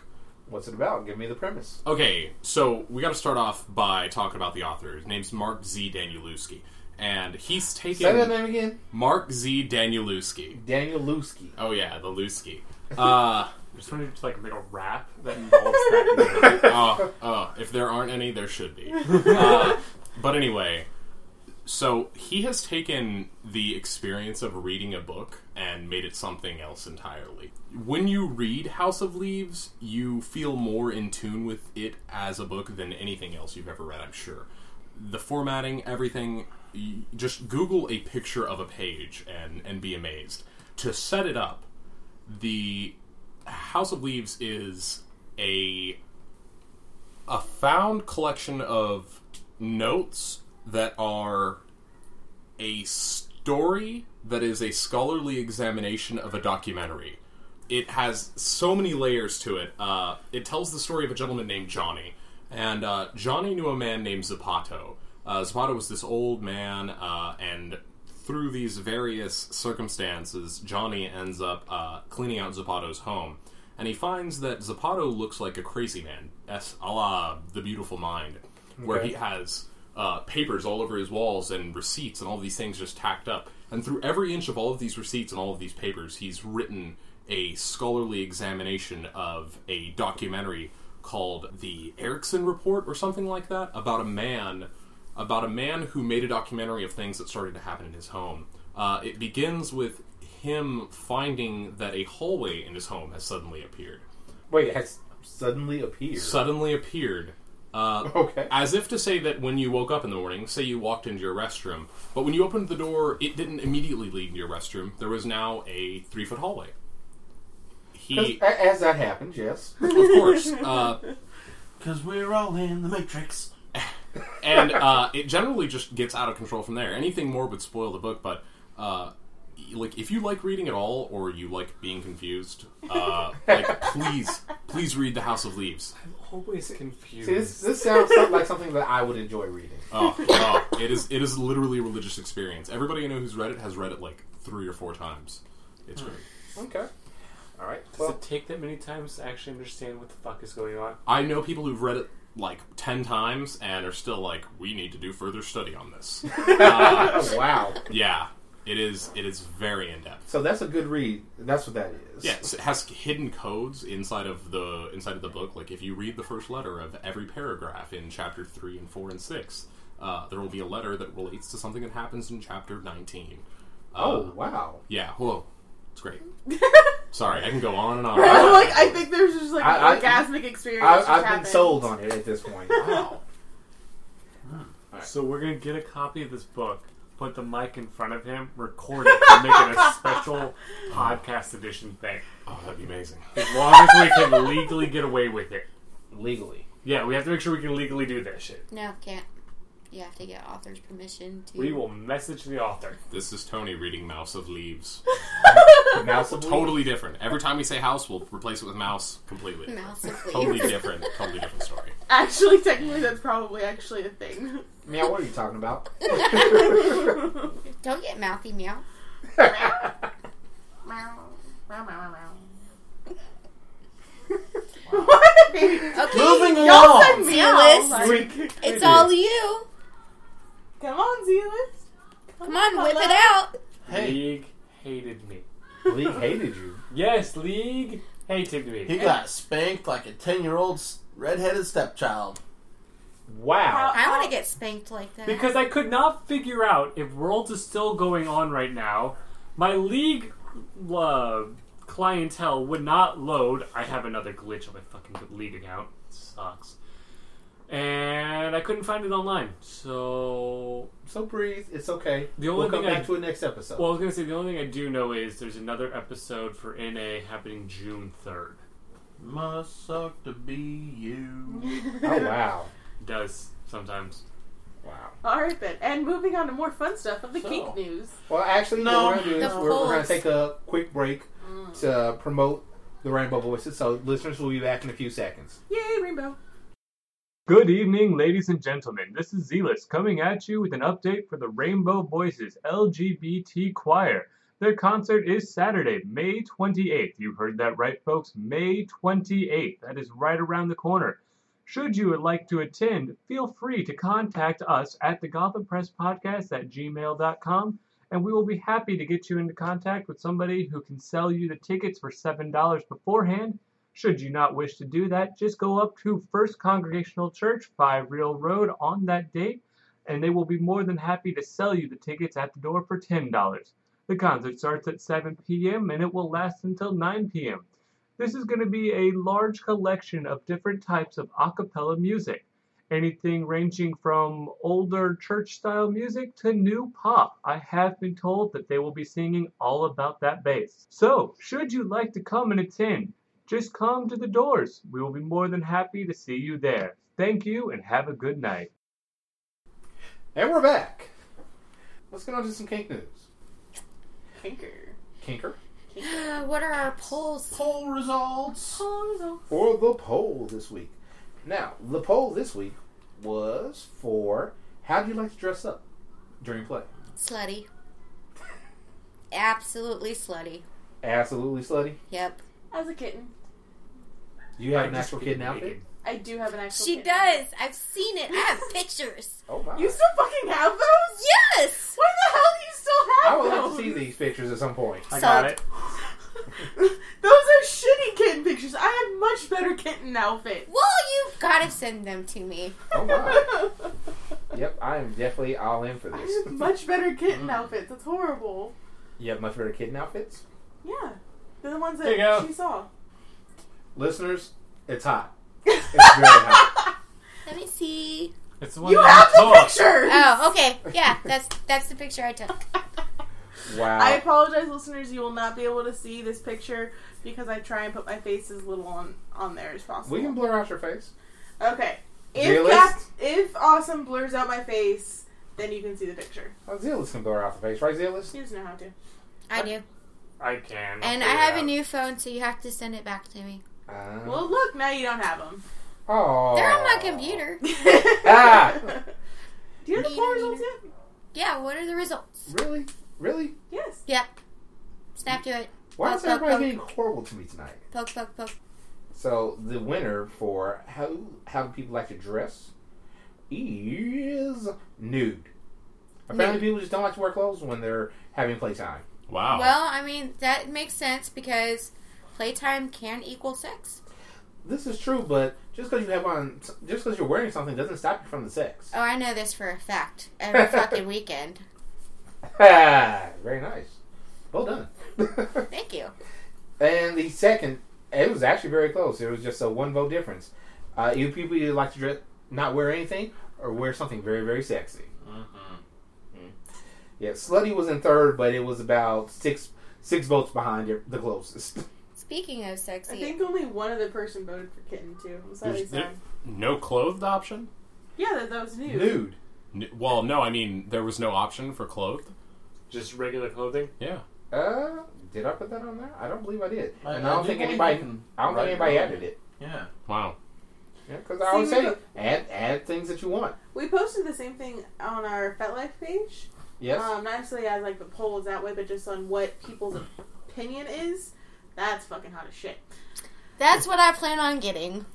Speaker 5: What's it about? Give me the premise.
Speaker 8: Okay, so we got to start off by talking about the author. His name's Mark Z. Danielewski, and he's taken
Speaker 5: Say that name again.
Speaker 8: Mark Z. Danielewski.
Speaker 5: Daniel Lewski.
Speaker 8: Oh yeah,
Speaker 9: (laughs)
Speaker 8: the Lewski. Uh,
Speaker 9: I just wanted to like make a rap that involves
Speaker 8: (laughs)
Speaker 9: that.
Speaker 8: oh, oh, if there aren't any, there
Speaker 9: (laughs)
Speaker 8: should be. Uh, but anyway, so he has taken the experience of reading a book and made it something else entirely. When you read House of Leaves, you feel more in tune with it as a book than anything else you've ever read, I'm sure. The formatting, everything, y- just Google a picture of a page and, and be amazed. To set it up, the House of Leaves is a a found collection of notes that are a story that is a scholarly examination of a documentary. It has so many layers to it. Uh, it tells the story of a gentleman named Johnny, and uh, Johnny knew a man named Zapato. Uh, Zapato was this old man, uh, and through these various circumstances, Johnny ends up uh, cleaning out Zapato's home, and he finds that Zapato looks like a crazy man, es a la The Beautiful Mind, where
Speaker 5: Okay.
Speaker 8: he has uh, papers all over his walls and receipts and all these things just tacked up. And through every inch of all of these receipts and all of these papers, he's written a scholarly examination of a documentary called the Erickson Report or something like that about a man about a man who made a documentary of things that started to happen in his home. Uh, it begins with him finding that a hallway in his home has suddenly appeared.
Speaker 5: Wait, it has suddenly appeared.
Speaker 8: Suddenly appeared. Uh,
Speaker 5: (laughs) okay.
Speaker 8: as if to say that when you woke up in the morning, say you walked into your restroom, but when you opened the door, it didn't immediately lead into your restroom. There was now a three foot hallway.
Speaker 5: 'Cause
Speaker 8: He,
Speaker 5: a- as that happens, yes.
Speaker 8: of course, uh,
Speaker 6: Cause we're all in the matrix.
Speaker 8: and uh, it generally just gets out of control from there. Anything more would spoil the book, but uh, y- like if you like reading at all or you like being confused, uh, like please, please read The House of Leaves.
Speaker 9: I'm always confused.
Speaker 5: See, this, this sounds so- like something that I would enjoy reading.
Speaker 8: Oh, oh, it is it is literally a religious experience. Everybody I know who's read it has read it like three or four times. It's great.
Speaker 5: Okay. All right.
Speaker 9: Does
Speaker 5: Well,
Speaker 9: it take that many times to actually understand what the fuck is going on?
Speaker 8: I know people who've read it like ten times and are still like, we need to do further study on this. uh,
Speaker 5: oh, wow.
Speaker 8: yeah, it is. It is very in depth.
Speaker 5: So that's a good read. That's what that is.
Speaker 8: Yes, it has hidden codes inside of the inside of the book. Like if you read the first letter of every paragraph in chapter three and four and six, uh, there will be a letter that relates to something that happens in chapter 19. Uh,
Speaker 5: Oh wow!
Speaker 8: Yeah, whoa. It's great. Sorry, I can go on and on.
Speaker 5: (laughs)
Speaker 10: I'm like, I think there's just like
Speaker 5: I- I-
Speaker 10: an orgasmic experience.
Speaker 5: I,
Speaker 10: just
Speaker 5: I've been
Speaker 10: happened.
Speaker 5: sold on it at this point.
Speaker 8: Wow.
Speaker 9: So we're gonna get a copy of this book, put the mic in front of him, record it, and make it a special podcast edition thing.
Speaker 8: Oh, that'd be amazing.
Speaker 9: As long as we can legally get away with it.
Speaker 5: (laughs) Legally,
Speaker 9: Yeah, we have to make sure we can legally do that shit.
Speaker 7: No, can't. You have to get author's permission to.
Speaker 9: We will message the author.
Speaker 8: This is Tony reading Mouse of Leaves.
Speaker 5: mouse of totally.
Speaker 8: Totally different. Every time we say house, we'll replace it with mouse completely. different.
Speaker 7: Mouse of
Speaker 8: Totally
Speaker 7: leaves.
Speaker 8: different. Totally different story.
Speaker 10: Actually, technically, that's probably actually a thing.
Speaker 5: Meow. What are you talking about?
Speaker 7: Don't get
Speaker 10: (laughs)
Speaker 7: mouthy meow.
Speaker 10: Meow, meow, meow, meow, meow. (laughs) What?
Speaker 7: Okay.
Speaker 6: Moving
Speaker 10: Y'all
Speaker 6: along.
Speaker 10: said meow.
Speaker 7: Zealous.
Speaker 10: Like,
Speaker 7: It's all you.
Speaker 10: come on, Zealous.
Speaker 7: Come on, whip it out.
Speaker 9: League hated me.
Speaker 5: Lee hated you.
Speaker 9: Yes, League hated me.
Speaker 6: He got spanked like a 10 year old redheaded stepchild.
Speaker 5: Wow.
Speaker 7: I want to get spanked like that.
Speaker 9: Because I could not figure out if Worlds is still going on right now. My League uh, clientele would not load. I have another glitch on my fucking League account. sucks. And I couldn't find it online. So.
Speaker 5: So breathe. It's okay.
Speaker 9: The only
Speaker 5: we'll come
Speaker 9: thing I-
Speaker 5: back to it next episode.
Speaker 9: Well, I was going to say, the only thing I do know is there's another episode for NA happening June 3rd.
Speaker 6: Must suck to be you.
Speaker 5: oh wow.
Speaker 9: Does sometimes.
Speaker 5: Wow.
Speaker 10: All right then, and moving on to more fun stuff of the
Speaker 6: So.
Speaker 10: kink news.
Speaker 5: Well, actually,
Speaker 6: No.
Speaker 5: what we're going to do is
Speaker 7: The
Speaker 5: we're, we're going
Speaker 7: polls.
Speaker 5: to take a quick break to promote the Rainbow Voices. So listeners will be back in a few seconds.
Speaker 10: Yay, rainbow!
Speaker 9: Good evening, ladies and gentlemen. This is Zealous coming at you with an update for the Rainbow Voices LGBT Choir. Their concert is Saturday, May 28th. You heard that right, folks. May 28th. That is right around the corner. Should you like to attend, feel free to contact us at the Gotham Press Podcast at gmail.com, and we will be happy to get you into contact with somebody who can sell you the tickets for $7 beforehand should you not wish to do that, just go up to First Congregational Church, 5 Real Road, on that date, and they will be more than happy to sell you the tickets at the door for $10. The concert starts at 7 p.m. and it will last until 9 p.m. This is going to be a large collection of different types of a cappella music, anything ranging from older church style music to new pop. I have been told that they will be singing all about that bass. So, should you like to come and attend, just come to the doors. We will be more than happy to see you there. Thank you and have a good night.
Speaker 5: And we're back. Let's get on to some kink news.
Speaker 10: Kinker.
Speaker 5: Kinker.
Speaker 7: (sighs) what are our polls?
Speaker 6: Poll results.
Speaker 5: For the poll this week. Now, the poll this week was for how do you like to dress up during play?
Speaker 10: (laughs)
Speaker 7: Slutty. Absolutely slutty.
Speaker 5: Absolutely slutty.
Speaker 7: Yep.
Speaker 10: As a kitten,
Speaker 5: You have an actual kitten outfit?
Speaker 10: I do have an actual.
Speaker 7: She
Speaker 10: kitten.
Speaker 7: does. I've seen it. I have pictures.
Speaker 5: Oh wow.
Speaker 10: You still fucking have those?
Speaker 7: Yes.
Speaker 10: Why the hell do you still have
Speaker 5: I would
Speaker 10: those?
Speaker 5: like to see these pictures at some point.
Speaker 9: I
Speaker 7: Sold.
Speaker 9: got it.
Speaker 10: Those are shitty kitten pictures. I have much better kitten outfits.
Speaker 7: Well, you've got to send them to me.
Speaker 5: Oh wow. (laughs) yep, I am definitely all in for
Speaker 10: I
Speaker 5: this. Mm.
Speaker 10: have (laughs) much better kitten outfits. That's horrible.
Speaker 5: You have much better kitten outfits?
Speaker 10: Yeah. They're the ones
Speaker 9: There you go.
Speaker 10: that she saw.
Speaker 5: Listeners,
Speaker 10: (laughs)
Speaker 5: it's hot. It's very hot.
Speaker 7: Let me see.
Speaker 9: It's the
Speaker 10: You have the picture!
Speaker 7: Oh, okay. Yeah, that's that's the picture I took.
Speaker 5: Wow.
Speaker 10: I apologize, listeners. You will not be able to see this picture because I try and put my face as little on, on there as possible.
Speaker 5: we can blur out your face.
Speaker 10: okay. If,
Speaker 5: Realist?
Speaker 10: Cap- if Awesome blurs out my face, then you can see the picture.
Speaker 5: Oh, Zealous can blur out the face, right, Zealous?
Speaker 10: You just know how to.
Speaker 7: I do.
Speaker 9: I can.
Speaker 7: And I have a new phone, so you have to send it back to me.
Speaker 5: Uh,
Speaker 10: Well, look, now you don't have them.
Speaker 5: oh.
Speaker 7: They're on my
Speaker 5: (laughs)
Speaker 7: computer.
Speaker 5: Ah!
Speaker 10: (laughs) Do you have the poll results yet?
Speaker 7: Yeah, what are the results?
Speaker 5: Really? Really?
Speaker 10: Yes.
Speaker 7: Yep. Snap to it.
Speaker 5: Why
Speaker 7: Poke,
Speaker 5: is
Speaker 7: poke,
Speaker 5: everybody
Speaker 7: poke.
Speaker 5: being horrible to me tonight?
Speaker 7: Poke, poke, poke.
Speaker 5: So the winner for how how do people like to dress is nude. Apparently, people just don't like to wear clothes when they're having playtime.
Speaker 8: Wow.
Speaker 5: Oh.
Speaker 7: Well, I mean, that makes sense because playtime can equal sex.
Speaker 5: this is true, but just because you have on, just because you're wearing something doesn't stop you from the sex.
Speaker 7: Oh, I know this for a fact.
Speaker 5: (laughs)
Speaker 7: Every fucking weekend.
Speaker 5: Ah, (laughs) very nice. Well done. (laughs)
Speaker 7: Thank you.
Speaker 5: and the second, it was actually very close. It was just a one vote difference. Uh, you people either like to dress, not wear anything or wear something very, very sexy.
Speaker 6: Mm-hmm.
Speaker 5: Yeah, slutty was in third, but it was about six six votes behind it- the closest. (laughs)
Speaker 7: Speaking of
Speaker 10: I
Speaker 7: sexy,
Speaker 10: think only one other person voted for kitten too. Was that what he
Speaker 8: There's-
Speaker 10: said?
Speaker 8: there- no clothed option?
Speaker 10: Yeah, that, that was new.
Speaker 5: Nude.
Speaker 8: N- Well, no, I mean, there was no option for clothed.
Speaker 9: Just regular clothing.
Speaker 8: Yeah.
Speaker 5: Uh, did I put that on there? I don't believe I did,
Speaker 6: I-
Speaker 5: and
Speaker 6: I
Speaker 5: I, don't
Speaker 6: do
Speaker 5: think
Speaker 6: believe
Speaker 5: anybody.
Speaker 6: you can
Speaker 5: I don't think
Speaker 6: write
Speaker 5: anybody
Speaker 6: your own.
Speaker 5: added it.
Speaker 6: Yeah.
Speaker 8: Wow.
Speaker 10: Oh,
Speaker 5: Yeah, because I always
Speaker 10: See,
Speaker 5: say
Speaker 10: we-
Speaker 5: add add things that you want.
Speaker 10: We posted the same thing on our FetLife page.
Speaker 5: Yes.
Speaker 10: Um, not necessarily as like the polls that way, but just on what people's opinion is. That's fucking hot as shit.
Speaker 7: that's what I plan on getting.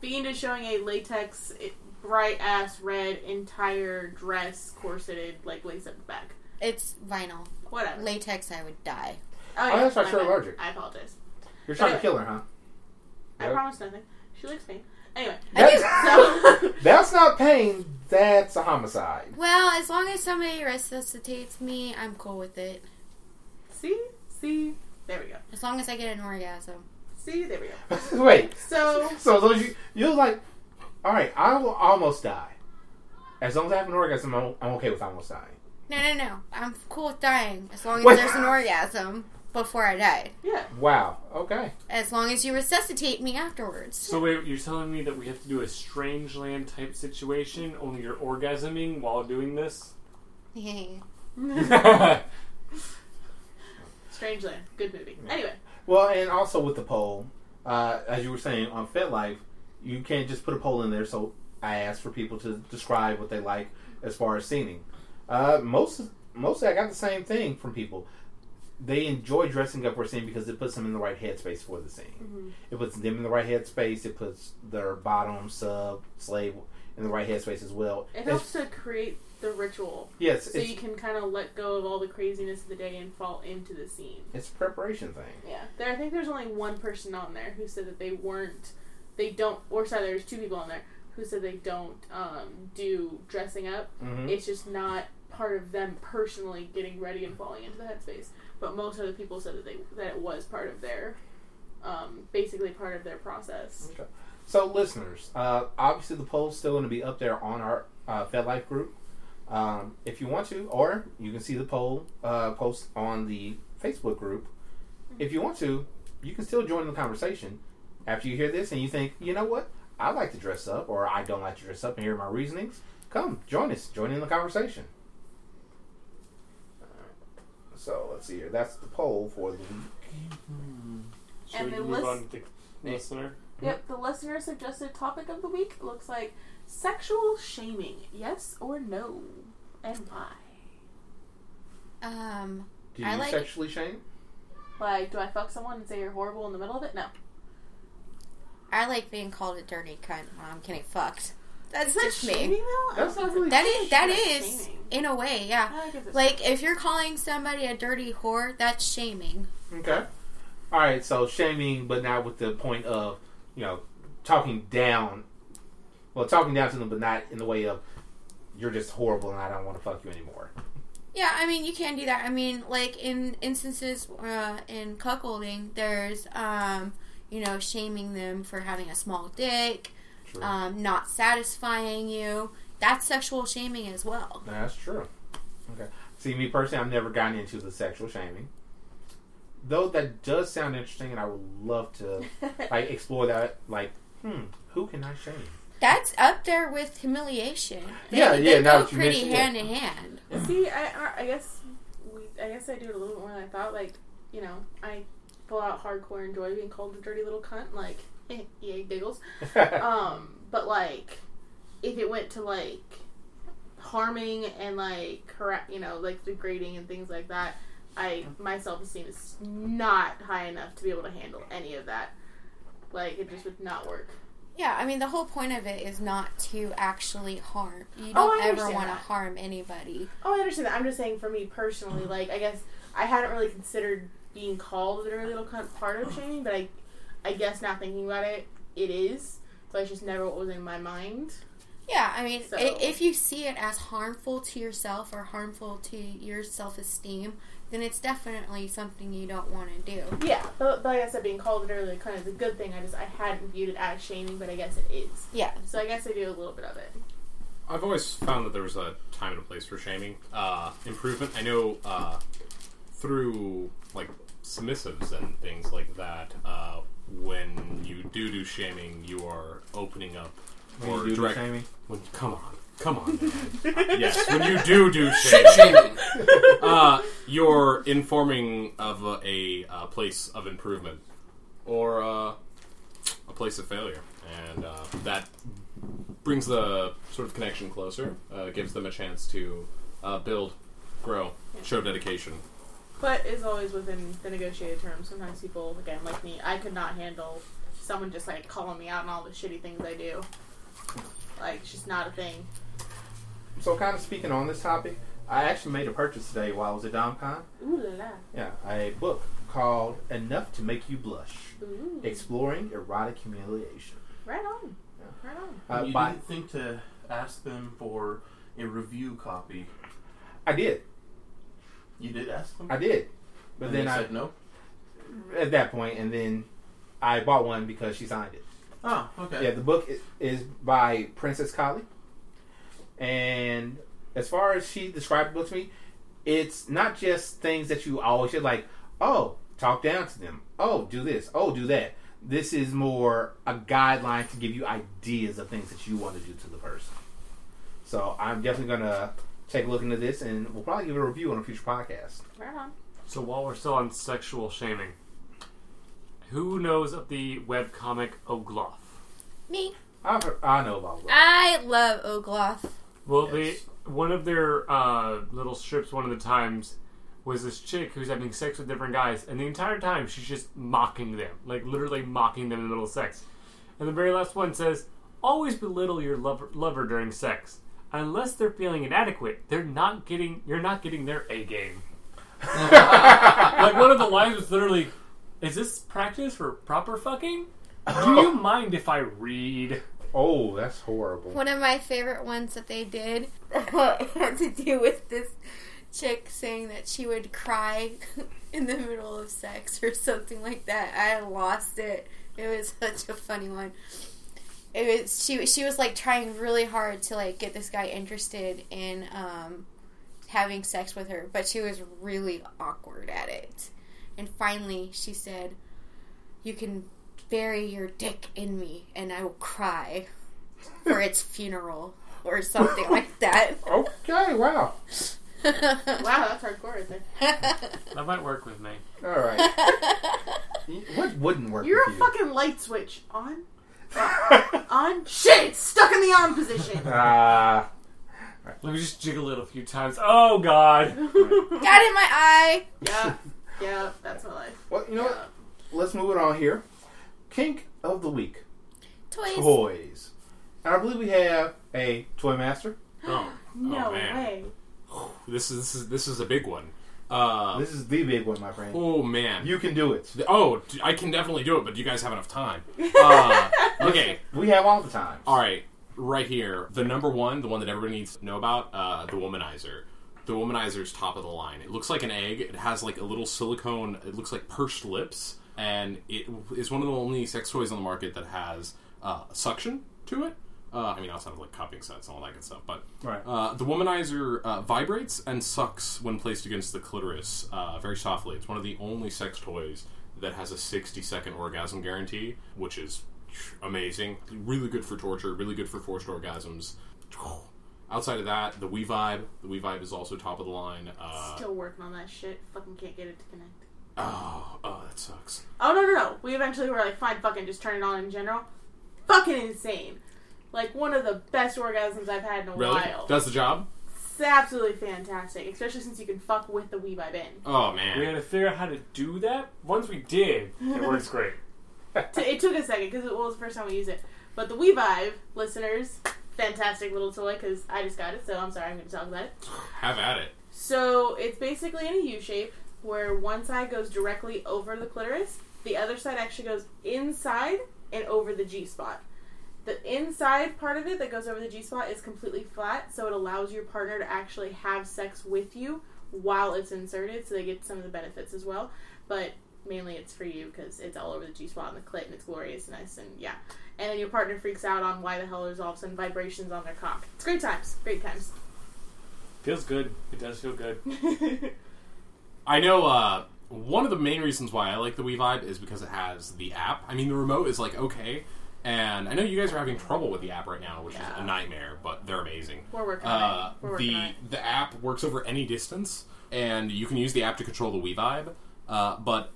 Speaker 10: Fiend is showing a latex, bright ass red entire dress, corseted, like lace up the back.
Speaker 7: It's vinyl.
Speaker 10: Whatever.
Speaker 7: Latex, I would die.
Speaker 10: oh,
Speaker 5: that's right,
Speaker 10: my
Speaker 5: you're
Speaker 10: bad.
Speaker 5: allergic.
Speaker 10: I apologize.
Speaker 5: You're trying to kill her, huh?
Speaker 10: I
Speaker 5: Yep.
Speaker 10: promise nothing. She likes me.
Speaker 8: (laughs)
Speaker 10: Anyway, (laughs)
Speaker 5: That's,
Speaker 10: so
Speaker 5: (laughs) that's not pain. That's a homicide. (laughs)
Speaker 7: Well, as long as somebody resuscitates me, I'm cool with it.
Speaker 10: see, see, there we go.
Speaker 7: As long as I get an orgasm.
Speaker 10: See, there we go.
Speaker 5: Wait.
Speaker 10: So
Speaker 5: So as long as you you're like, all right, I will almost die. As long as I have an orgasm, I'm, I'm okay with almost dying.
Speaker 7: No, no, no. I'm cool with dying as long as
Speaker 5: What?
Speaker 7: there's an orgasm before I die.
Speaker 10: yeah,
Speaker 5: Wow. Okay.
Speaker 7: As long as you resuscitate me afterwards. (laughs)
Speaker 9: So wait, you're telling me that we have to do a strange land type situation? Only you're orgasming while doing this?
Speaker 10: Strangeland, good movie. Anyway,
Speaker 5: Well, and also with the poll, uh, as you were saying on FetLife, you can't just put a poll in there. So I asked for people to describe what they like as far as scening. Uh, most mostly, I got the same thing from people. They enjoy dressing up for a scene because it puts them in the right headspace for the scene.
Speaker 10: Mm-hmm.
Speaker 5: It puts them in the right headspace. It puts their bottom sub slave in the right headspace as well.
Speaker 10: it
Speaker 5: It's-
Speaker 10: helps to create the ritual,
Speaker 5: yes,
Speaker 10: so
Speaker 5: it's,
Speaker 10: you can kind of let go of all the craziness of the day and fall into the scene.
Speaker 5: it's a preparation thing.
Speaker 10: Yeah, there. I think there's only one person on there who said that they weren't, they don't, or sorry, there's two people on there who said they don't um, do dressing up.
Speaker 5: Mhm.
Speaker 10: It's just not part of them personally getting ready and falling into the headspace. But most other people said that they that it was part of their, um, basically part of their process.
Speaker 5: So, listeners, uh, obviously the poll's still going to be up there on our uh, FedLife group. Um, if you want to, or you can see the poll uh, post on the Facebook group. If you want to, you can still join the conversation after you hear this and you think, you know what, I like to dress up, or I don't like to dress up, and here are my reasonings. Come, join us, join in the conversation. Alright. So let's see here. That's the poll for the week.
Speaker 9: Should
Speaker 10: Mm-hmm. And
Speaker 9: we
Speaker 10: the
Speaker 9: move
Speaker 10: list-
Speaker 9: on to the listener?
Speaker 10: Yep, the listener suggested topic of the week looks like sexual shaming. Yes or no, and why?
Speaker 7: Um,
Speaker 5: Do you
Speaker 7: I like-
Speaker 5: sexually shame?
Speaker 10: Like, do I fuck someone and say you're horrible in the middle of it? No.
Speaker 7: I like being called a dirty cunt when I'm getting fucked. That's
Speaker 10: Is that
Speaker 7: just
Speaker 10: shaming
Speaker 7: me.
Speaker 10: though? I
Speaker 5: That's
Speaker 10: don't
Speaker 5: not
Speaker 10: know
Speaker 5: really
Speaker 10: if
Speaker 7: That
Speaker 10: it's
Speaker 7: is, that
Speaker 10: shaming.
Speaker 7: is, in a way, yeah.
Speaker 10: I guess it's-
Speaker 7: Like, if you're calling somebody a dirty whore, that's shaming.
Speaker 5: Okay. All right. So shaming, but not with the point of you know talking down. Well, talking down to them, but not in the way of you're just horrible and I don't want to fuck you anymore.
Speaker 7: Yeah, I mean, you can do that. I mean, like, in instances uh, in cuckolding, there's, um, you know, shaming them for having a small dick,
Speaker 5: True.
Speaker 7: um, not satisfying you. That's sexual shaming as well. (laughs)
Speaker 5: That's true. Okay. See, me personally, I've never gotten into the sexual shaming. Though that does sound interesting, and I would love
Speaker 7: (laughs)
Speaker 5: to like explore that. Like, hmm, who can I shame?
Speaker 7: That's up there with humiliation. They-
Speaker 5: Yeah,
Speaker 7: they
Speaker 5: yeah, now
Speaker 7: go
Speaker 5: that you
Speaker 7: pretty
Speaker 5: mention it.
Speaker 7: hand in hand.
Speaker 10: See, I, I- I guess we, I guess I do it a little bit more than I thought. Like, you know, I pull out hardcore enjoy being called a dirty little cunt. Like, eh. yay giggles.
Speaker 5: (laughs)
Speaker 10: Um, but like, if it went to like harming and like correct, you know, like degrading and things like that, I my self esteem is not high enough to be able to handle any of that. Like, it just would not work.
Speaker 7: Yeah, I mean, the whole point of it is not to actually harm. You
Speaker 10: Oh,
Speaker 7: don't
Speaker 10: I
Speaker 7: ever
Speaker 10: understand
Speaker 7: want to
Speaker 10: that.
Speaker 7: harm anybody.
Speaker 10: Oh, I understand that. I'm just saying for me
Speaker 5: Mm.
Speaker 10: personally, like I guess I hadn't really considered being called a dirty little cunt part of shaming, but I, I guess now thinking about it, it is. So it's just never what was in my mind.
Speaker 7: Yeah, I mean,
Speaker 10: So-
Speaker 7: i if you see it as harmful to yourself or harmful to your self esteem, then it's definitely something you don't want to do.
Speaker 10: Yeah, but but like I said, being called it earlier kind of is a good thing. I just I hadn't viewed it as shaming, but I guess it is.
Speaker 7: Yeah.
Speaker 10: So I guess I do a little bit of it.
Speaker 8: I've always found that there was a time and a place for shaming. Uh, improvement. I know uh, through like submissives and things like that. Uh, when you do do shaming, you are opening up or
Speaker 5: You do
Speaker 8: direct.
Speaker 5: Jamie.
Speaker 8: When come on,
Speaker 10: (laughs)
Speaker 8: come on. man. yes, when you do do shaming, uh, you're informing of a, a, uh place of improvement or uh, a place of failure, and uh, that brings the sort of connection closer. Uh, gives them a chance to uh, build, grow, show dedication.
Speaker 10: But it's always within the negotiated terms. Sometimes people, again, like me, I could not handle someone just like calling me out on all the shitty things I do. Like, it's just not a thing.
Speaker 5: So, kind of speaking on this topic, I actually made a purchase today while I was at DomCon.
Speaker 10: Ooh la la.
Speaker 5: Yeah, a book called "Enough to Make You Blush:
Speaker 10: Ooh.
Speaker 5: Exploring Erotic Humiliation."
Speaker 10: Right on.
Speaker 5: Yeah.
Speaker 10: Right on.
Speaker 5: Uh,
Speaker 6: you
Speaker 5: by-
Speaker 6: didn't think to ask them for a review copy.
Speaker 5: I did,
Speaker 6: You did ask them,
Speaker 5: I did, but
Speaker 6: and
Speaker 5: then
Speaker 6: they
Speaker 5: I
Speaker 6: said no.
Speaker 5: at that point, and then I bought one because she signed it.
Speaker 6: Oh, okay.
Speaker 5: Yeah, the book i- is by Princess Kali. And as far as she described the book to me, it's not just things that you always should like, oh, talk down to them. Oh, do this. Oh, do that. This is more a guideline to give you ideas of things that you want to do to the person. So I'm definitely going to take a look into this and we'll probably give it a review on a future podcast.
Speaker 10: Right on.
Speaker 9: So while we're still on sexual shaming, who knows of the webcomic Ogloff?
Speaker 7: Me.
Speaker 5: I've heard, I know about that.
Speaker 7: I love Ogloff.
Speaker 9: Well, they
Speaker 5: Yes.
Speaker 9: one of their uh, little strips. One of the times was this chick who's having sex with different guys, and the entire time she's just mocking them, like literally mocking them in the middle of sex. And the very last one says, "Always belittle your lover, lover during sex. Unless they're feeling inadequate, they're not getting. You're not getting their A game." like one of the lines was literally, "Is this practice for proper fucking? Do you mind if I read?"
Speaker 5: Oh, that's horrible.
Speaker 7: One of my favorite ones that they did (laughs) had to do with this chick saying that she would cry (laughs) in the middle of sex or something like that. I lost it. It was (laughs) such a funny one. It was she she was like trying really hard to like get this guy interested in um having sex with her, but she was really awkward at it. And finally she said, "You can bury your dick in me and I will cry." for its funeral or something like that.
Speaker 5: Okay, wow.
Speaker 10: Wow, that's hardcore right there.
Speaker 9: That might work with me.
Speaker 5: All right. What wouldn't work
Speaker 10: You're a
Speaker 5: with you?
Speaker 10: fucking light switch. On.
Speaker 5: (laughs)
Speaker 10: On. Shit! It's stuck in the on position.
Speaker 5: (laughs) Ah,
Speaker 9: Let me just jiggle it a few times. Oh
Speaker 10: (laughs)
Speaker 9: God!
Speaker 7: (laughs) Got in my eye.
Speaker 10: yeah. Yeah, that's my life.
Speaker 5: well, you know what? Let's move it on here. Kink of the week:
Speaker 7: Toys.
Speaker 5: toys. And I believe we have a toy master.
Speaker 8: Oh,
Speaker 10: (gasps) No
Speaker 8: oh man,
Speaker 10: way.
Speaker 8: this is this is this is a big one. Uh,
Speaker 5: This is the big one, my friend.
Speaker 8: oh man,
Speaker 5: You can do it.
Speaker 8: Oh, d- I can definitely do it, but do you guys have enough time? Uh, okay,
Speaker 5: We have all the time.
Speaker 8: all right, right here, the number one, the one that everybody needs to know about, uh, the womanizer. The womanizer's top of the line. It looks like an egg. It has like a little silicone. It looks like pursed lips, and it is one of the only sex toys on the market that has uh, suction to it. Uh, I mean, outside of like cupping sets and all that good stuff, but
Speaker 5: Right.
Speaker 8: uh, the womanizer uh, vibrates and sucks when placed against the clitoris uh, very softly. It's one of the only sex toys that has a 60 second orgasm guarantee, which is amazing. Really good for torture, really good for forced orgasms. (sighs) Outside of that, the Wii Vibe. The Wii Vibe is also top of the line. Uh,
Speaker 10: Still working on that shit. Fucking can't get it to connect.
Speaker 8: oh, oh, that sucks.
Speaker 10: Oh no no no! We eventually were like, fine, fucking, just turn it on in general. Fucking insane! Like one of the best orgasms I've had in a
Speaker 8: Really?
Speaker 10: while.
Speaker 8: Does the job?
Speaker 10: It's absolutely fantastic, especially since you can fuck with the wee by bin.
Speaker 8: Oh,
Speaker 9: We had
Speaker 8: man.
Speaker 9: to figure out how to do that. Once we did, it
Speaker 10: (laughs)
Speaker 9: works great.
Speaker 10: T- it took a second because it was the first time we used it. But the Wii Vibe, listeners, fantastic little toy because I just got it, so I'm sorry I'm going to talk about it.
Speaker 8: Have at it.
Speaker 10: So it's basically in a U shape where one side goes directly over the clitoris, the other side actually goes inside and over the G spot. The inside part of it that goes over the G spot is completely flat, so it allows your partner to actually have sex with you while it's inserted, so they get some of the benefits as well. But mainly it's for you because it's all over the G spot and the clit, and it's glorious and nice, and yeah. And then your partner freaks out on why the hell there's all of a sudden vibrations on their cock. It's great times, great times.
Speaker 9: Feels good. It does feel good.
Speaker 8: I know uh, one of the main reasons why I like the Wii Vibe is because it has the app. I mean, the remote is like okay, and I know you guys are having trouble with the app right now, which is a nightmare, but they're amazing.
Speaker 10: We're working on
Speaker 8: Uh,
Speaker 10: it. We're working
Speaker 8: the
Speaker 10: on it.
Speaker 8: the app works over any distance, and you can use the app to control the Wii Vibe. Uh, but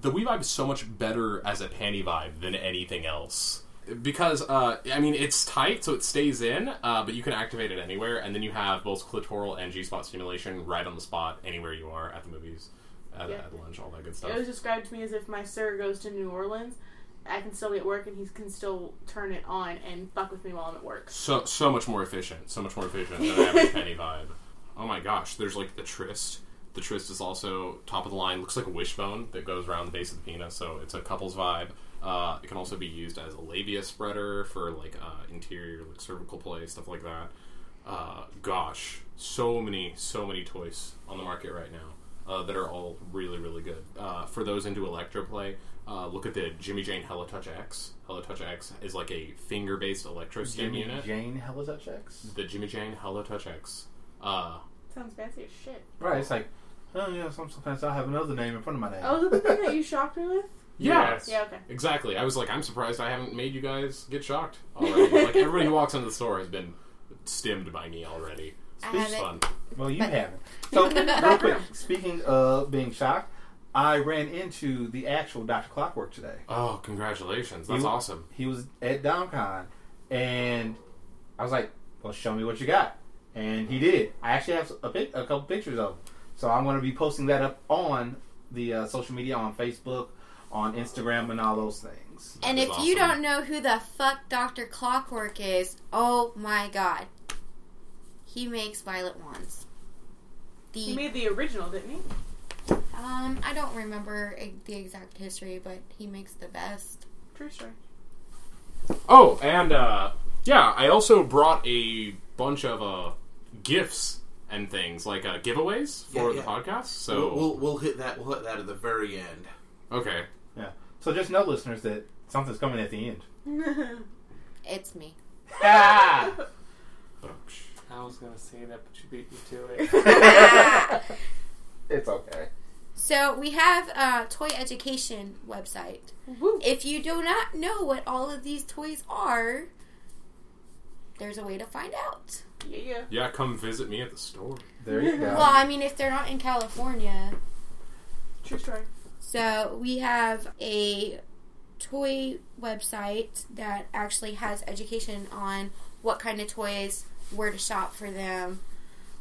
Speaker 8: the Wii Vibe is so much better as a panty vibe than anything else because uh, I mean it's tight, so it stays in, uh, but you can activate it anywhere, and then you have both clitoral and G spot stimulation right on the spot anywhere you are at the movies, at,
Speaker 10: Yeah.
Speaker 8: at lunch, all that good
Speaker 10: It
Speaker 8: stuff.
Speaker 10: was described to me as if my sir goes to New Orleans, I can still be at work and he can still turn it on and fuck with me while I'm at work.
Speaker 8: So so much more efficient, so much more efficient than an average penny vibe. Oh my gosh, there's like the tryst. The tryst is also top of the line. Looks like a wishbone that goes around the base of the penis, so it's a couple's vibe. Uh, it can also be used as a labia spreader for like uh, interior, like cervical play, stuff like that. Uh, gosh, so many, so many toys on the market right now uh, that are all really, really good. Uh, for those into electroplay, uh, look at the Jimmy Jane Helitouch X. Helitouch X is like a finger-based electro stim
Speaker 3: Jimmy
Speaker 8: unit
Speaker 3: Jane Helitouch X.
Speaker 8: the Jimmy Jane Hello Touch X. Uh,
Speaker 10: Sounds fancy as shit.
Speaker 5: Right, it's like, oh yeah, some- sometimes I'll have another name in front of my name.
Speaker 10: Oh, is that the thing that
Speaker 7: (laughs)
Speaker 10: you shocked me with?
Speaker 8: yeah,
Speaker 9: Yes.
Speaker 10: Yeah, okay.
Speaker 8: exactly. I was like, I'm surprised I haven't made you guys get shocked already. like everybody who walks into the store has been stimmed by me already.
Speaker 7: I
Speaker 8: It's
Speaker 7: haven't.
Speaker 8: fun.
Speaker 5: Well, you (laughs) haven't. So, real quick, speaking of being shocked, I ran into the actual Dr. Clockwork today.
Speaker 8: Oh, congratulations! That's
Speaker 5: You-
Speaker 8: awesome.
Speaker 5: He was at DomCon, and I was like, well, show me what you got. And he did. I actually have a, pic- a couple pictures of him. So I'm going to be posting that up on the uh, social media, on Facebook, on Instagram, and all those things.
Speaker 7: And
Speaker 8: That
Speaker 7: if
Speaker 8: is
Speaker 7: you don't
Speaker 8: awesome.
Speaker 7: know who the fuck Dr. Clockwork is, oh my god. He makes violet wands.
Speaker 10: He
Speaker 7: The
Speaker 10: made the original, didn't he?
Speaker 7: um I don't remember e- the exact history, but he makes the best.
Speaker 10: True story.
Speaker 8: Oh, and uh, yeah, I also brought a bunch of uh, gifts and things like uh, giveaways for
Speaker 4: Yeah, yeah.
Speaker 8: the podcast. So
Speaker 4: We'll, we'll, we'll hit that. We'll hit that at the very end.
Speaker 8: okay,
Speaker 5: So just know, listeners, that something's coming at the end. (laughs)
Speaker 7: It's
Speaker 8: (laughs)
Speaker 7: me. (laughs)
Speaker 5: Ah!
Speaker 9: I was gonna say that, but you beat me to it.
Speaker 5: It's okay.
Speaker 7: So we have a toy education website.
Speaker 10: Woo.
Speaker 7: If you do not know what all of these toys are, there's a way to find out.
Speaker 10: Yeah, yeah.
Speaker 8: yeah, come visit me at the store.
Speaker 5: There you go.
Speaker 7: Well, I mean, if they're not in California,
Speaker 10: True story.
Speaker 7: So we have a toy website that actually has education on what kind of toys, where to shop for them,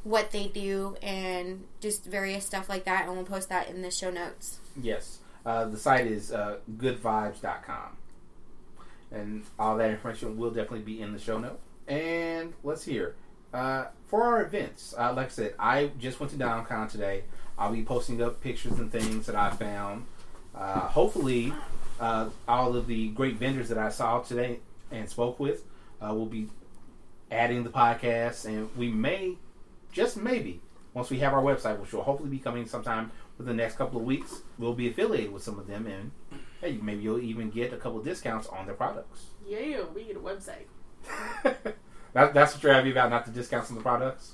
Speaker 7: what they do, and just various stuff like that. And we'll post that in the show notes.
Speaker 5: Yes. Uh, the site is uh, goodvibes.com. And all that information will definitely be in the show note. And let's hear. Uh, for our events, uh, like I said, I just went to DomCon today. I'll be posting up pictures and things that I found. Uh, hopefully, uh, all of the great vendors that I saw today and spoke with uh, will be adding the podcast. And we may, just maybe, once we have our website, which will hopefully be coming sometime within the next couple of weeks, we'll be affiliated with some of them, and hey, maybe you'll even get a couple of discounts on their products.
Speaker 10: Yeah, yeah. We get a website.
Speaker 5: (laughs) that, that's what you're happy about, not the discounts on the products.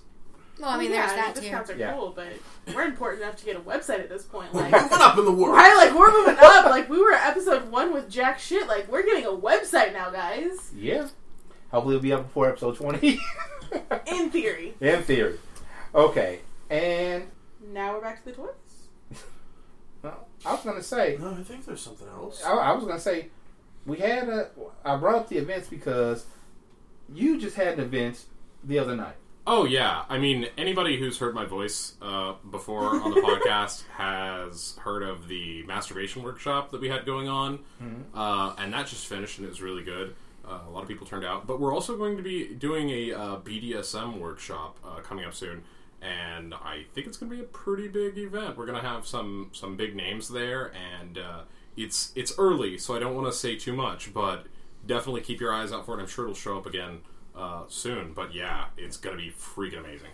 Speaker 7: Well, I mean,
Speaker 10: yeah,
Speaker 7: there's that
Speaker 10: the
Speaker 7: too.
Speaker 10: Discounts are
Speaker 5: Yeah.
Speaker 10: cool, but we're important enough to get a website at this point. Like,
Speaker 4: We're moving up in the world.
Speaker 10: right? Like we're moving up. Like we were at episode one with jack shit. Like we're getting a website now, guys.
Speaker 5: Yeah, hopefully it'll be up before episode twenty. (laughs)
Speaker 10: In theory.
Speaker 5: In theory, okay. And
Speaker 10: Now we're back to the toys.
Speaker 5: well, I was gonna say,
Speaker 4: No, I think there's something else.
Speaker 5: I, I was gonna say, we had a. I brought up the events because you just had an event the other night.
Speaker 8: Oh yeah, I mean anybody who's heard my voice uh, before on the podcast has heard of the masturbation workshop that we had going on, uh, and that just finished and it was really good. Uh, a lot of people turned out, but we're also going to be doing a uh, BDSM workshop uh, coming up soon, and I think it's going to be a pretty big event. We're going to have some some big names there, and uh, it's it's early, so I don't want to say too much, but definitely keep your eyes out for it. I'm sure it'll show up again uh, soon. But yeah, it's gonna be freaking amazing.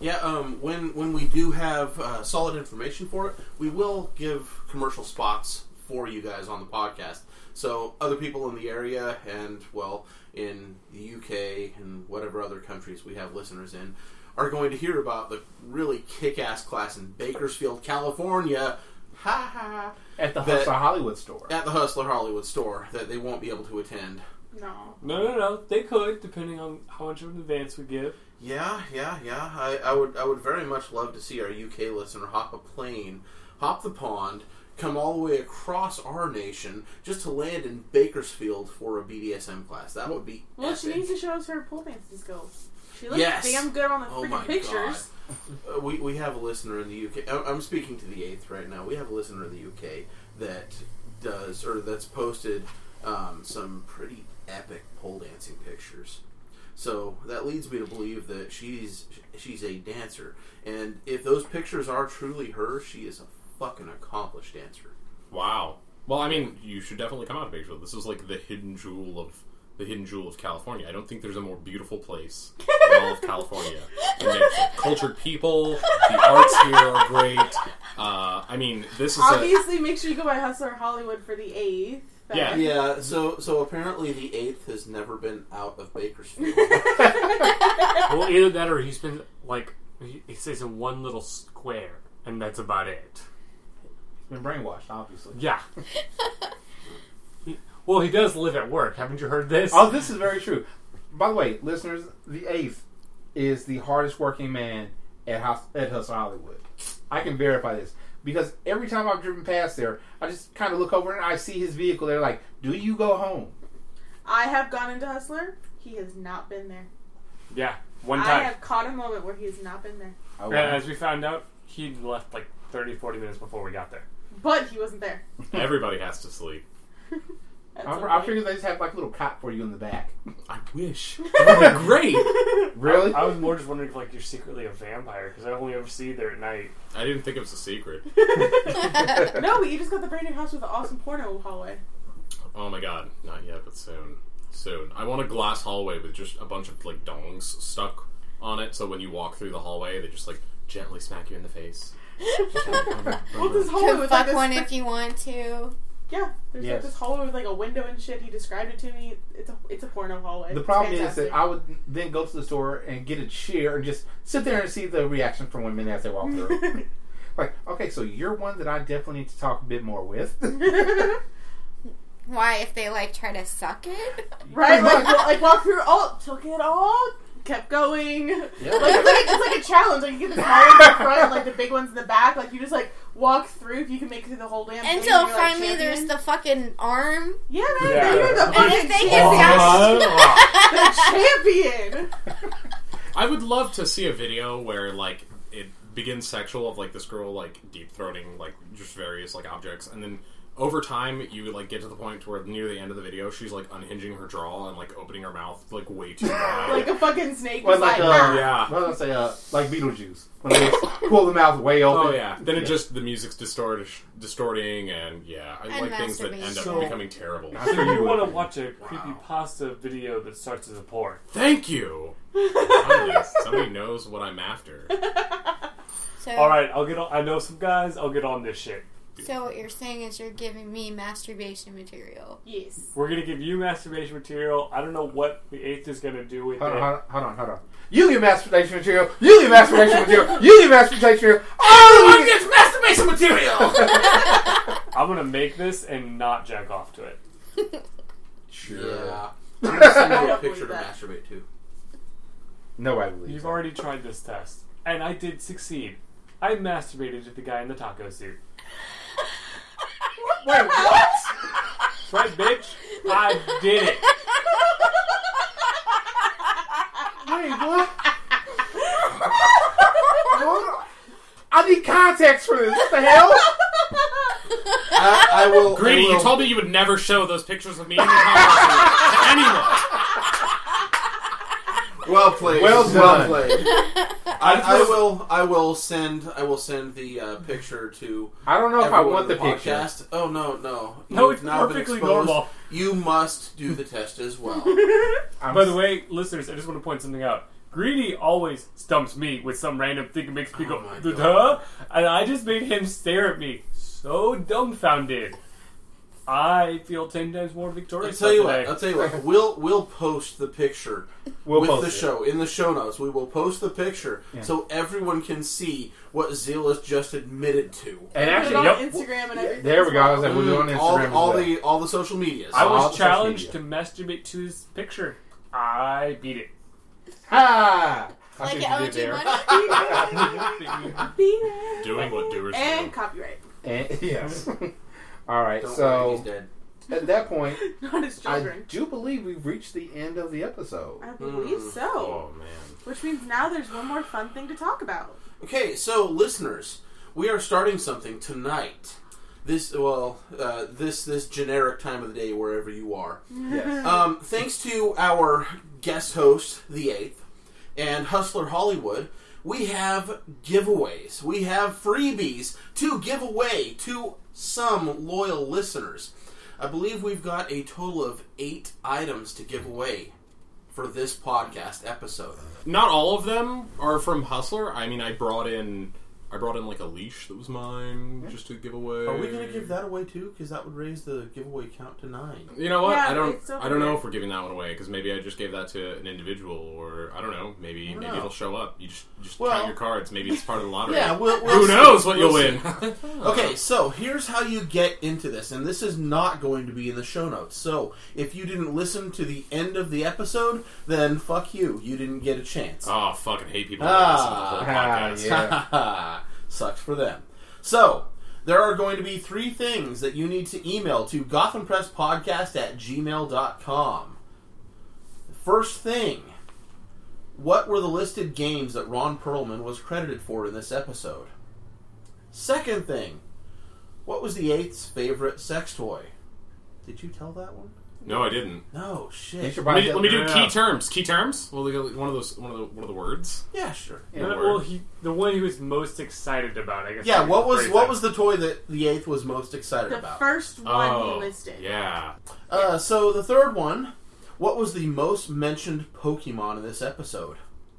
Speaker 6: Yeah, um, when when we do have uh, solid information for it, we will give commercial spots for you guys on the podcast. So other people in the area and well in the UK and whatever other countries we have listeners in are going to hear about the really kick-ass class in Bakersfield, California. Ha ha!
Speaker 5: At the
Speaker 6: That-
Speaker 5: Hustler Hollywood store.
Speaker 6: At the Hustler Hollywood store that they won't be able to attend.
Speaker 10: No.
Speaker 9: No, no, no. They could, depending on how much of an advance we give.
Speaker 6: Yeah, yeah, yeah. I, I would I would very much love to see our UK listener hop a plane, hop the pond, come all the way across our nation just to land in Bakersfield for a BDSM class. That would be
Speaker 10: Well, she
Speaker 6: epic.
Speaker 10: needs to show us her pole dancing skills. She looks
Speaker 6: Yes.
Speaker 10: damn good on the
Speaker 6: Oh my
Speaker 10: freaking pictures.
Speaker 6: Uh, we, we have a listener in the UK. I- I'm speaking to the eighth right now. We have a listener in the UK that does or that's posted um, some pretty epic pole dancing pictures. So that leads me to believe that she's she's a dancer, and if those pictures are truly her, she is a fucking accomplished dancer.
Speaker 8: Wow. Well, I mean, you should definitely come out to Bakersfield. This is like the hidden jewel of the hidden jewel of California. I don't think there's a more beautiful place
Speaker 10: (laughs)
Speaker 8: in all of California. And there's cultured people. The arts here are great. Uh, I mean, this is a
Speaker 10: Obviously, make sure you go by Hustler Hollywood for the eighth. but-
Speaker 8: Yeah.
Speaker 6: Yeah. So so apparently the eighth has never been out
Speaker 10: (laughs)
Speaker 6: of Bakersfield.
Speaker 9: well, either that or he's been like he, he stays in one little square, and that's about it.
Speaker 5: Been brainwashed, obviously.
Speaker 10: (laughs)
Speaker 9: Yeah. He- well, he does live at work. Haven't you heard this?
Speaker 5: Oh, this is very true. By the way, listeners, the eighth is the hardest working man at Hus- at Hustle Hollywood. I can verify this because every time I've driven past there, I just kind of look over and I see his vehicle. They're like, "Do you go home?"
Speaker 10: I have gone into Hustler. He has not been there.
Speaker 9: yeah, one
Speaker 10: I
Speaker 9: time.
Speaker 10: have caught a moment where he has not been there.
Speaker 5: I
Speaker 9: And as we found out, he left like 30, 40 minutes before we got there.
Speaker 10: But he wasn't there.
Speaker 8: everybody has to sleep.
Speaker 10: That's
Speaker 5: I, I
Speaker 10: okay.
Speaker 5: figure they just have like a little cot for you in the back.
Speaker 8: I wish. That
Speaker 10: (laughs)
Speaker 8: would be great.
Speaker 5: Really?
Speaker 9: I was more just wondering if like you're secretly a vampire because I only ever see you there at night.
Speaker 8: I didn't think it was a secret.
Speaker 10: (laughs) no, but you just got the brand new house with an awesome porno hallway.
Speaker 8: Oh my god, not yet, but soon. Soon. I want a glass hallway with just a bunch of like dongs stuck on it, so when you walk through the hallway, they just like gently smack you in the face.
Speaker 10: (laughs) Well, this hallway
Speaker 7: Can
Speaker 10: with like
Speaker 7: fuck
Speaker 10: this.
Speaker 7: one if you want to.
Speaker 10: yeah, there's like
Speaker 5: Yes.
Speaker 10: this hallway with like a window and shit. He described it to me. (laughs) It's a it's a porno hallway.
Speaker 5: The
Speaker 10: It's
Speaker 5: problem is
Speaker 10: fantastic.
Speaker 5: that I would then go to the store and get a chair and just sit there and see the reaction from women as they walk through.
Speaker 10: (laughs)
Speaker 5: like, okay, so you're one that I definitely need to talk a bit more with. (laughs)
Speaker 7: Why, if they like try to suck
Speaker 10: (laughs)
Speaker 7: it?
Speaker 10: right, like, wa- like walk through. Oh, took it all. Kept going.
Speaker 5: Yeah.
Speaker 10: Like it's like, it's like a challenge. Like you get the smaller ones in the front, like the big ones in the back. Like you just like walk through if you can make it through the whole damn thing,
Speaker 7: Until
Speaker 10: you're, like,
Speaker 7: finally there's
Speaker 10: champion.
Speaker 7: the fucking arm.
Speaker 10: yeah, man,
Speaker 9: Yeah.
Speaker 10: you're the
Speaker 7: And if
Speaker 10: fucking
Speaker 7: they
Speaker 10: champ-
Speaker 7: get
Speaker 10: the
Speaker 7: down.
Speaker 10: champion.
Speaker 8: I would love to see a video where like it begins sexual of like this girl like deep throating like just various like objects, and then over time you like get to the point where near the end of the video she's like unhinging her jaw and like opening her mouth like
Speaker 10: (laughs)
Speaker 8: way too
Speaker 10: like
Speaker 8: wide.
Speaker 10: a fucking snake.
Speaker 5: Well,
Speaker 10: just like,
Speaker 5: like,
Speaker 10: ah.
Speaker 5: uh,
Speaker 8: yeah.
Speaker 5: What was I say? Uh, like Beetlejuice. When they just pull the mouth way open.
Speaker 8: Oh yeah. Then it just the music's distorted, distorting, and yeah, I
Speaker 7: And
Speaker 8: like things that end up
Speaker 7: masturbation.
Speaker 8: becoming terrible.
Speaker 5: I
Speaker 9: So
Speaker 5: figured
Speaker 9: you
Speaker 5: you
Speaker 9: want to
Speaker 5: would.
Speaker 9: watch a creepy pasta video that starts as a porn?
Speaker 8: (laughs)
Speaker 10: (laughs)
Speaker 8: Thank you. Finally, Somebody knows what I'm after.
Speaker 7: So,
Speaker 9: All right, I'll get. On, I know some guys. I'll get on this shit.
Speaker 7: so what you're saying is you're giving me masturbation material.
Speaker 10: (laughs) Yes.
Speaker 9: We're gonna give you masturbation material. I don't know what the eighth is gonna do with
Speaker 5: Hold
Speaker 9: it.
Speaker 5: on, hold on, hold on, hold on. You get masturbation material. You get masturbation material. You get masturbation material. Oh, you get-
Speaker 6: masturbation material.
Speaker 9: I'm gonna make this and not jack off to it.
Speaker 6: yeah. I'm gonna send you a picture to masturbate to.
Speaker 5: No, I believe
Speaker 9: You've
Speaker 5: you.
Speaker 9: already tried this test, and I did succeed. I masturbated to the guy in the taco suit. (laughs)
Speaker 5: Wait, what?
Speaker 9: That's right, bitch. I did it.
Speaker 10: (laughs)
Speaker 5: Wait, what? Hold on. I need context for this. What the hell?
Speaker 6: I, I will.
Speaker 8: Grady,
Speaker 6: I will,
Speaker 8: you told me you would never (laughs) show those pictures of me in the conversation to anyone.
Speaker 5: Well played.
Speaker 6: Well done.
Speaker 5: played. I, I will. I will send. I will send the uh, picture to.
Speaker 6: I don't know if I
Speaker 5: everyone
Speaker 6: want
Speaker 5: in
Speaker 6: the picture.
Speaker 5: podcast. Oh no, no,
Speaker 9: No,
Speaker 5: You've
Speaker 9: it's
Speaker 5: now been
Speaker 9: perfectly
Speaker 5: exposed.
Speaker 9: normal.
Speaker 5: You must do the test as
Speaker 7: (laughs)
Speaker 5: well.
Speaker 6: I'm
Speaker 9: By the way, listeners, I just want to point something out. Greedy always stumps me with some random thing that makes me go,
Speaker 5: Oh my
Speaker 9: "Duh,
Speaker 5: God.
Speaker 9: duh," and I just made him stare at me, so dumbfounded. I feel ten times more
Speaker 5: I'll
Speaker 9: victorious.
Speaker 5: tell you
Speaker 9: today.
Speaker 5: what. I'll tell you what. We'll we'll post the picture
Speaker 6: We'll
Speaker 5: with
Speaker 6: post
Speaker 5: the
Speaker 6: it.
Speaker 5: show in the show notes. We will post the picture so everyone can see what Zeal has just admitted to.
Speaker 6: and
Speaker 7: Put it
Speaker 6: actually,
Speaker 7: on
Speaker 9: Yep.
Speaker 7: Instagram and everything.
Speaker 6: there we go. I was like, we'll do it on
Speaker 5: Mm,
Speaker 6: Instagram.
Speaker 5: all
Speaker 6: as
Speaker 5: all
Speaker 6: well.
Speaker 5: the all the social medias.
Speaker 9: I
Speaker 6: All
Speaker 9: was
Speaker 6: the
Speaker 9: challenged to
Speaker 6: social
Speaker 9: masturbate to his picture. I beat it.
Speaker 6: ha! I
Speaker 11: Like
Speaker 6: think
Speaker 11: an
Speaker 6: you
Speaker 11: OG
Speaker 6: did there. (laughs)
Speaker 11: money.
Speaker 7: Be
Speaker 8: Doing what doers do.
Speaker 7: And copyright.
Speaker 6: And- yes. (laughs) All right,
Speaker 5: Don't worry, he's
Speaker 6: so
Speaker 5: dead.
Speaker 6: at that point,
Speaker 7: (laughs) Not as
Speaker 6: I
Speaker 7: children.
Speaker 6: do believe we've reached the end of the episode.
Speaker 7: I, believe
Speaker 5: Mm.
Speaker 7: so.
Speaker 8: Oh
Speaker 7: (laughs)
Speaker 8: man.
Speaker 7: Which means now there's one more fun thing to talk about.
Speaker 5: Okay, so listeners, we are starting something tonight. This well, uh, this this generic time of the day wherever you are.
Speaker 6: Yes.
Speaker 5: Um, thanks to our guest host, the Eighth, and Hustler Hollywood, we have giveaways. We have freebies to give away to some loyal listeners. I believe we've got a total of eight items to give away for this podcast episode.
Speaker 8: Not all of them are from Hustler. I mean, I brought in, I brought in like a leash that was mine just to give away.
Speaker 5: Are we going to give that away too? Because that would raise the giveaway count to nine.
Speaker 8: You know what?
Speaker 7: Yeah,
Speaker 8: I don't.
Speaker 7: it's over
Speaker 8: I don't know
Speaker 7: there.
Speaker 8: if we're giving that one away because maybe I just gave that to an individual, or I don't know. Maybe
Speaker 5: don't
Speaker 8: maybe
Speaker 5: know.
Speaker 8: it'll show up. You just just
Speaker 5: Well-
Speaker 8: count your cards. Maybe it's part of the lottery.
Speaker 5: Yeah, we'll, we'll
Speaker 8: Who
Speaker 5: see.
Speaker 8: knows what you'll
Speaker 5: We'll
Speaker 8: (laughs) win?
Speaker 5: see. Okay, so here's how you get into this, and this is not going to be in the show notes. So if you didn't listen to the end of the episode, then fuck you. You didn't get a chance.
Speaker 8: oh, fucking hate people.
Speaker 5: Ah.
Speaker 8: Ah, listen to the whole podcast.
Speaker 6: Ah, yeah.
Speaker 5: (laughs) Sucks for them. So there are going to be three things that you need to email to gothampresspodcast at gmail.com. First thing, what were the listed games that Ron Perlman was credited for in this episode? Second thing, what was the eighth's favorite sex toy? Did you tell that one?
Speaker 8: No, I didn't.
Speaker 5: No shit.
Speaker 6: You should
Speaker 8: Let
Speaker 6: probably
Speaker 8: me,
Speaker 6: get-
Speaker 8: let me do
Speaker 9: Yeah.
Speaker 8: key terms. Key terms. Well, they got one of those. One of the one of the words.
Speaker 5: yeah, sure.
Speaker 6: Yeah,
Speaker 9: Uh, well, he, the one he was most excited about, I guess.
Speaker 5: Yeah,
Speaker 9: is
Speaker 5: what
Speaker 9: the
Speaker 5: was
Speaker 9: phrase
Speaker 5: what
Speaker 9: I-
Speaker 5: was the toy that the eighth was most excited
Speaker 7: The
Speaker 5: about?
Speaker 7: first one
Speaker 8: oh,
Speaker 7: you listed.
Speaker 8: yeah.
Speaker 5: Uh, so the third one, what was the most mentioned Pokemon in this episode?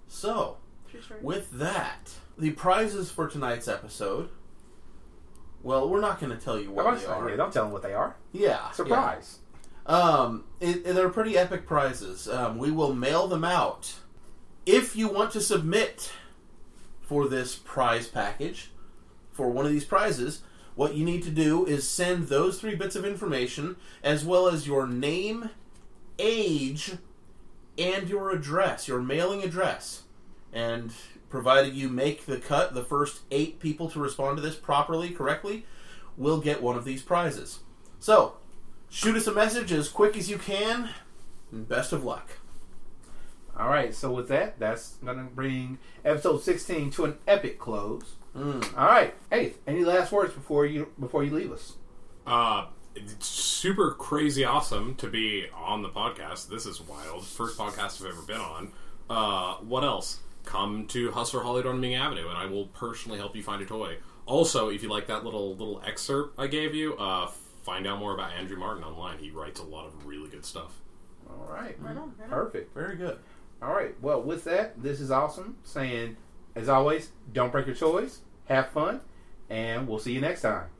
Speaker 5: So
Speaker 7: True story.
Speaker 5: with that, the prizes for tonight's episode. Well, we're not going to tell you
Speaker 6: How
Speaker 5: what
Speaker 6: about-
Speaker 5: they
Speaker 6: yeah,
Speaker 5: are.
Speaker 6: don't tell them what they are.
Speaker 5: Yeah,
Speaker 6: Surprise.
Speaker 5: yeah. Um, it, they're pretty epic prizes. Um, we will mail them out. If you want to submit for this prize package, for one of these prizes, what you need to do is send those three bits of information as well as your name, age, and your address, your mailing address. And provided you make the cut, the first eight people to respond to this properly, correctly, will get one of these prizes. So, shoot us a message as quick as you can, and best of luck.
Speaker 6: All right, so with that, that's gonna bring episode sixteen to an epic close. All right, hey, any last words before you before you leave us?
Speaker 8: Uh, it's super crazy awesome to be on the podcast. This is wild. First podcast I've ever been on. Uh, what else? Come to Hustler Hollywood on Ming Avenue, and I will personally help you find a toy. Also, if you like that little little excerpt I gave you, uh, find out more about Andrew Martin online. He writes a lot of really good stuff.
Speaker 6: All right,
Speaker 7: Right on, right on.
Speaker 6: perfect.
Speaker 5: Very good.
Speaker 6: All right. Well, with that, this is awesome. Saying, as always, don't break your toys. Have fun, and we'll see you next time.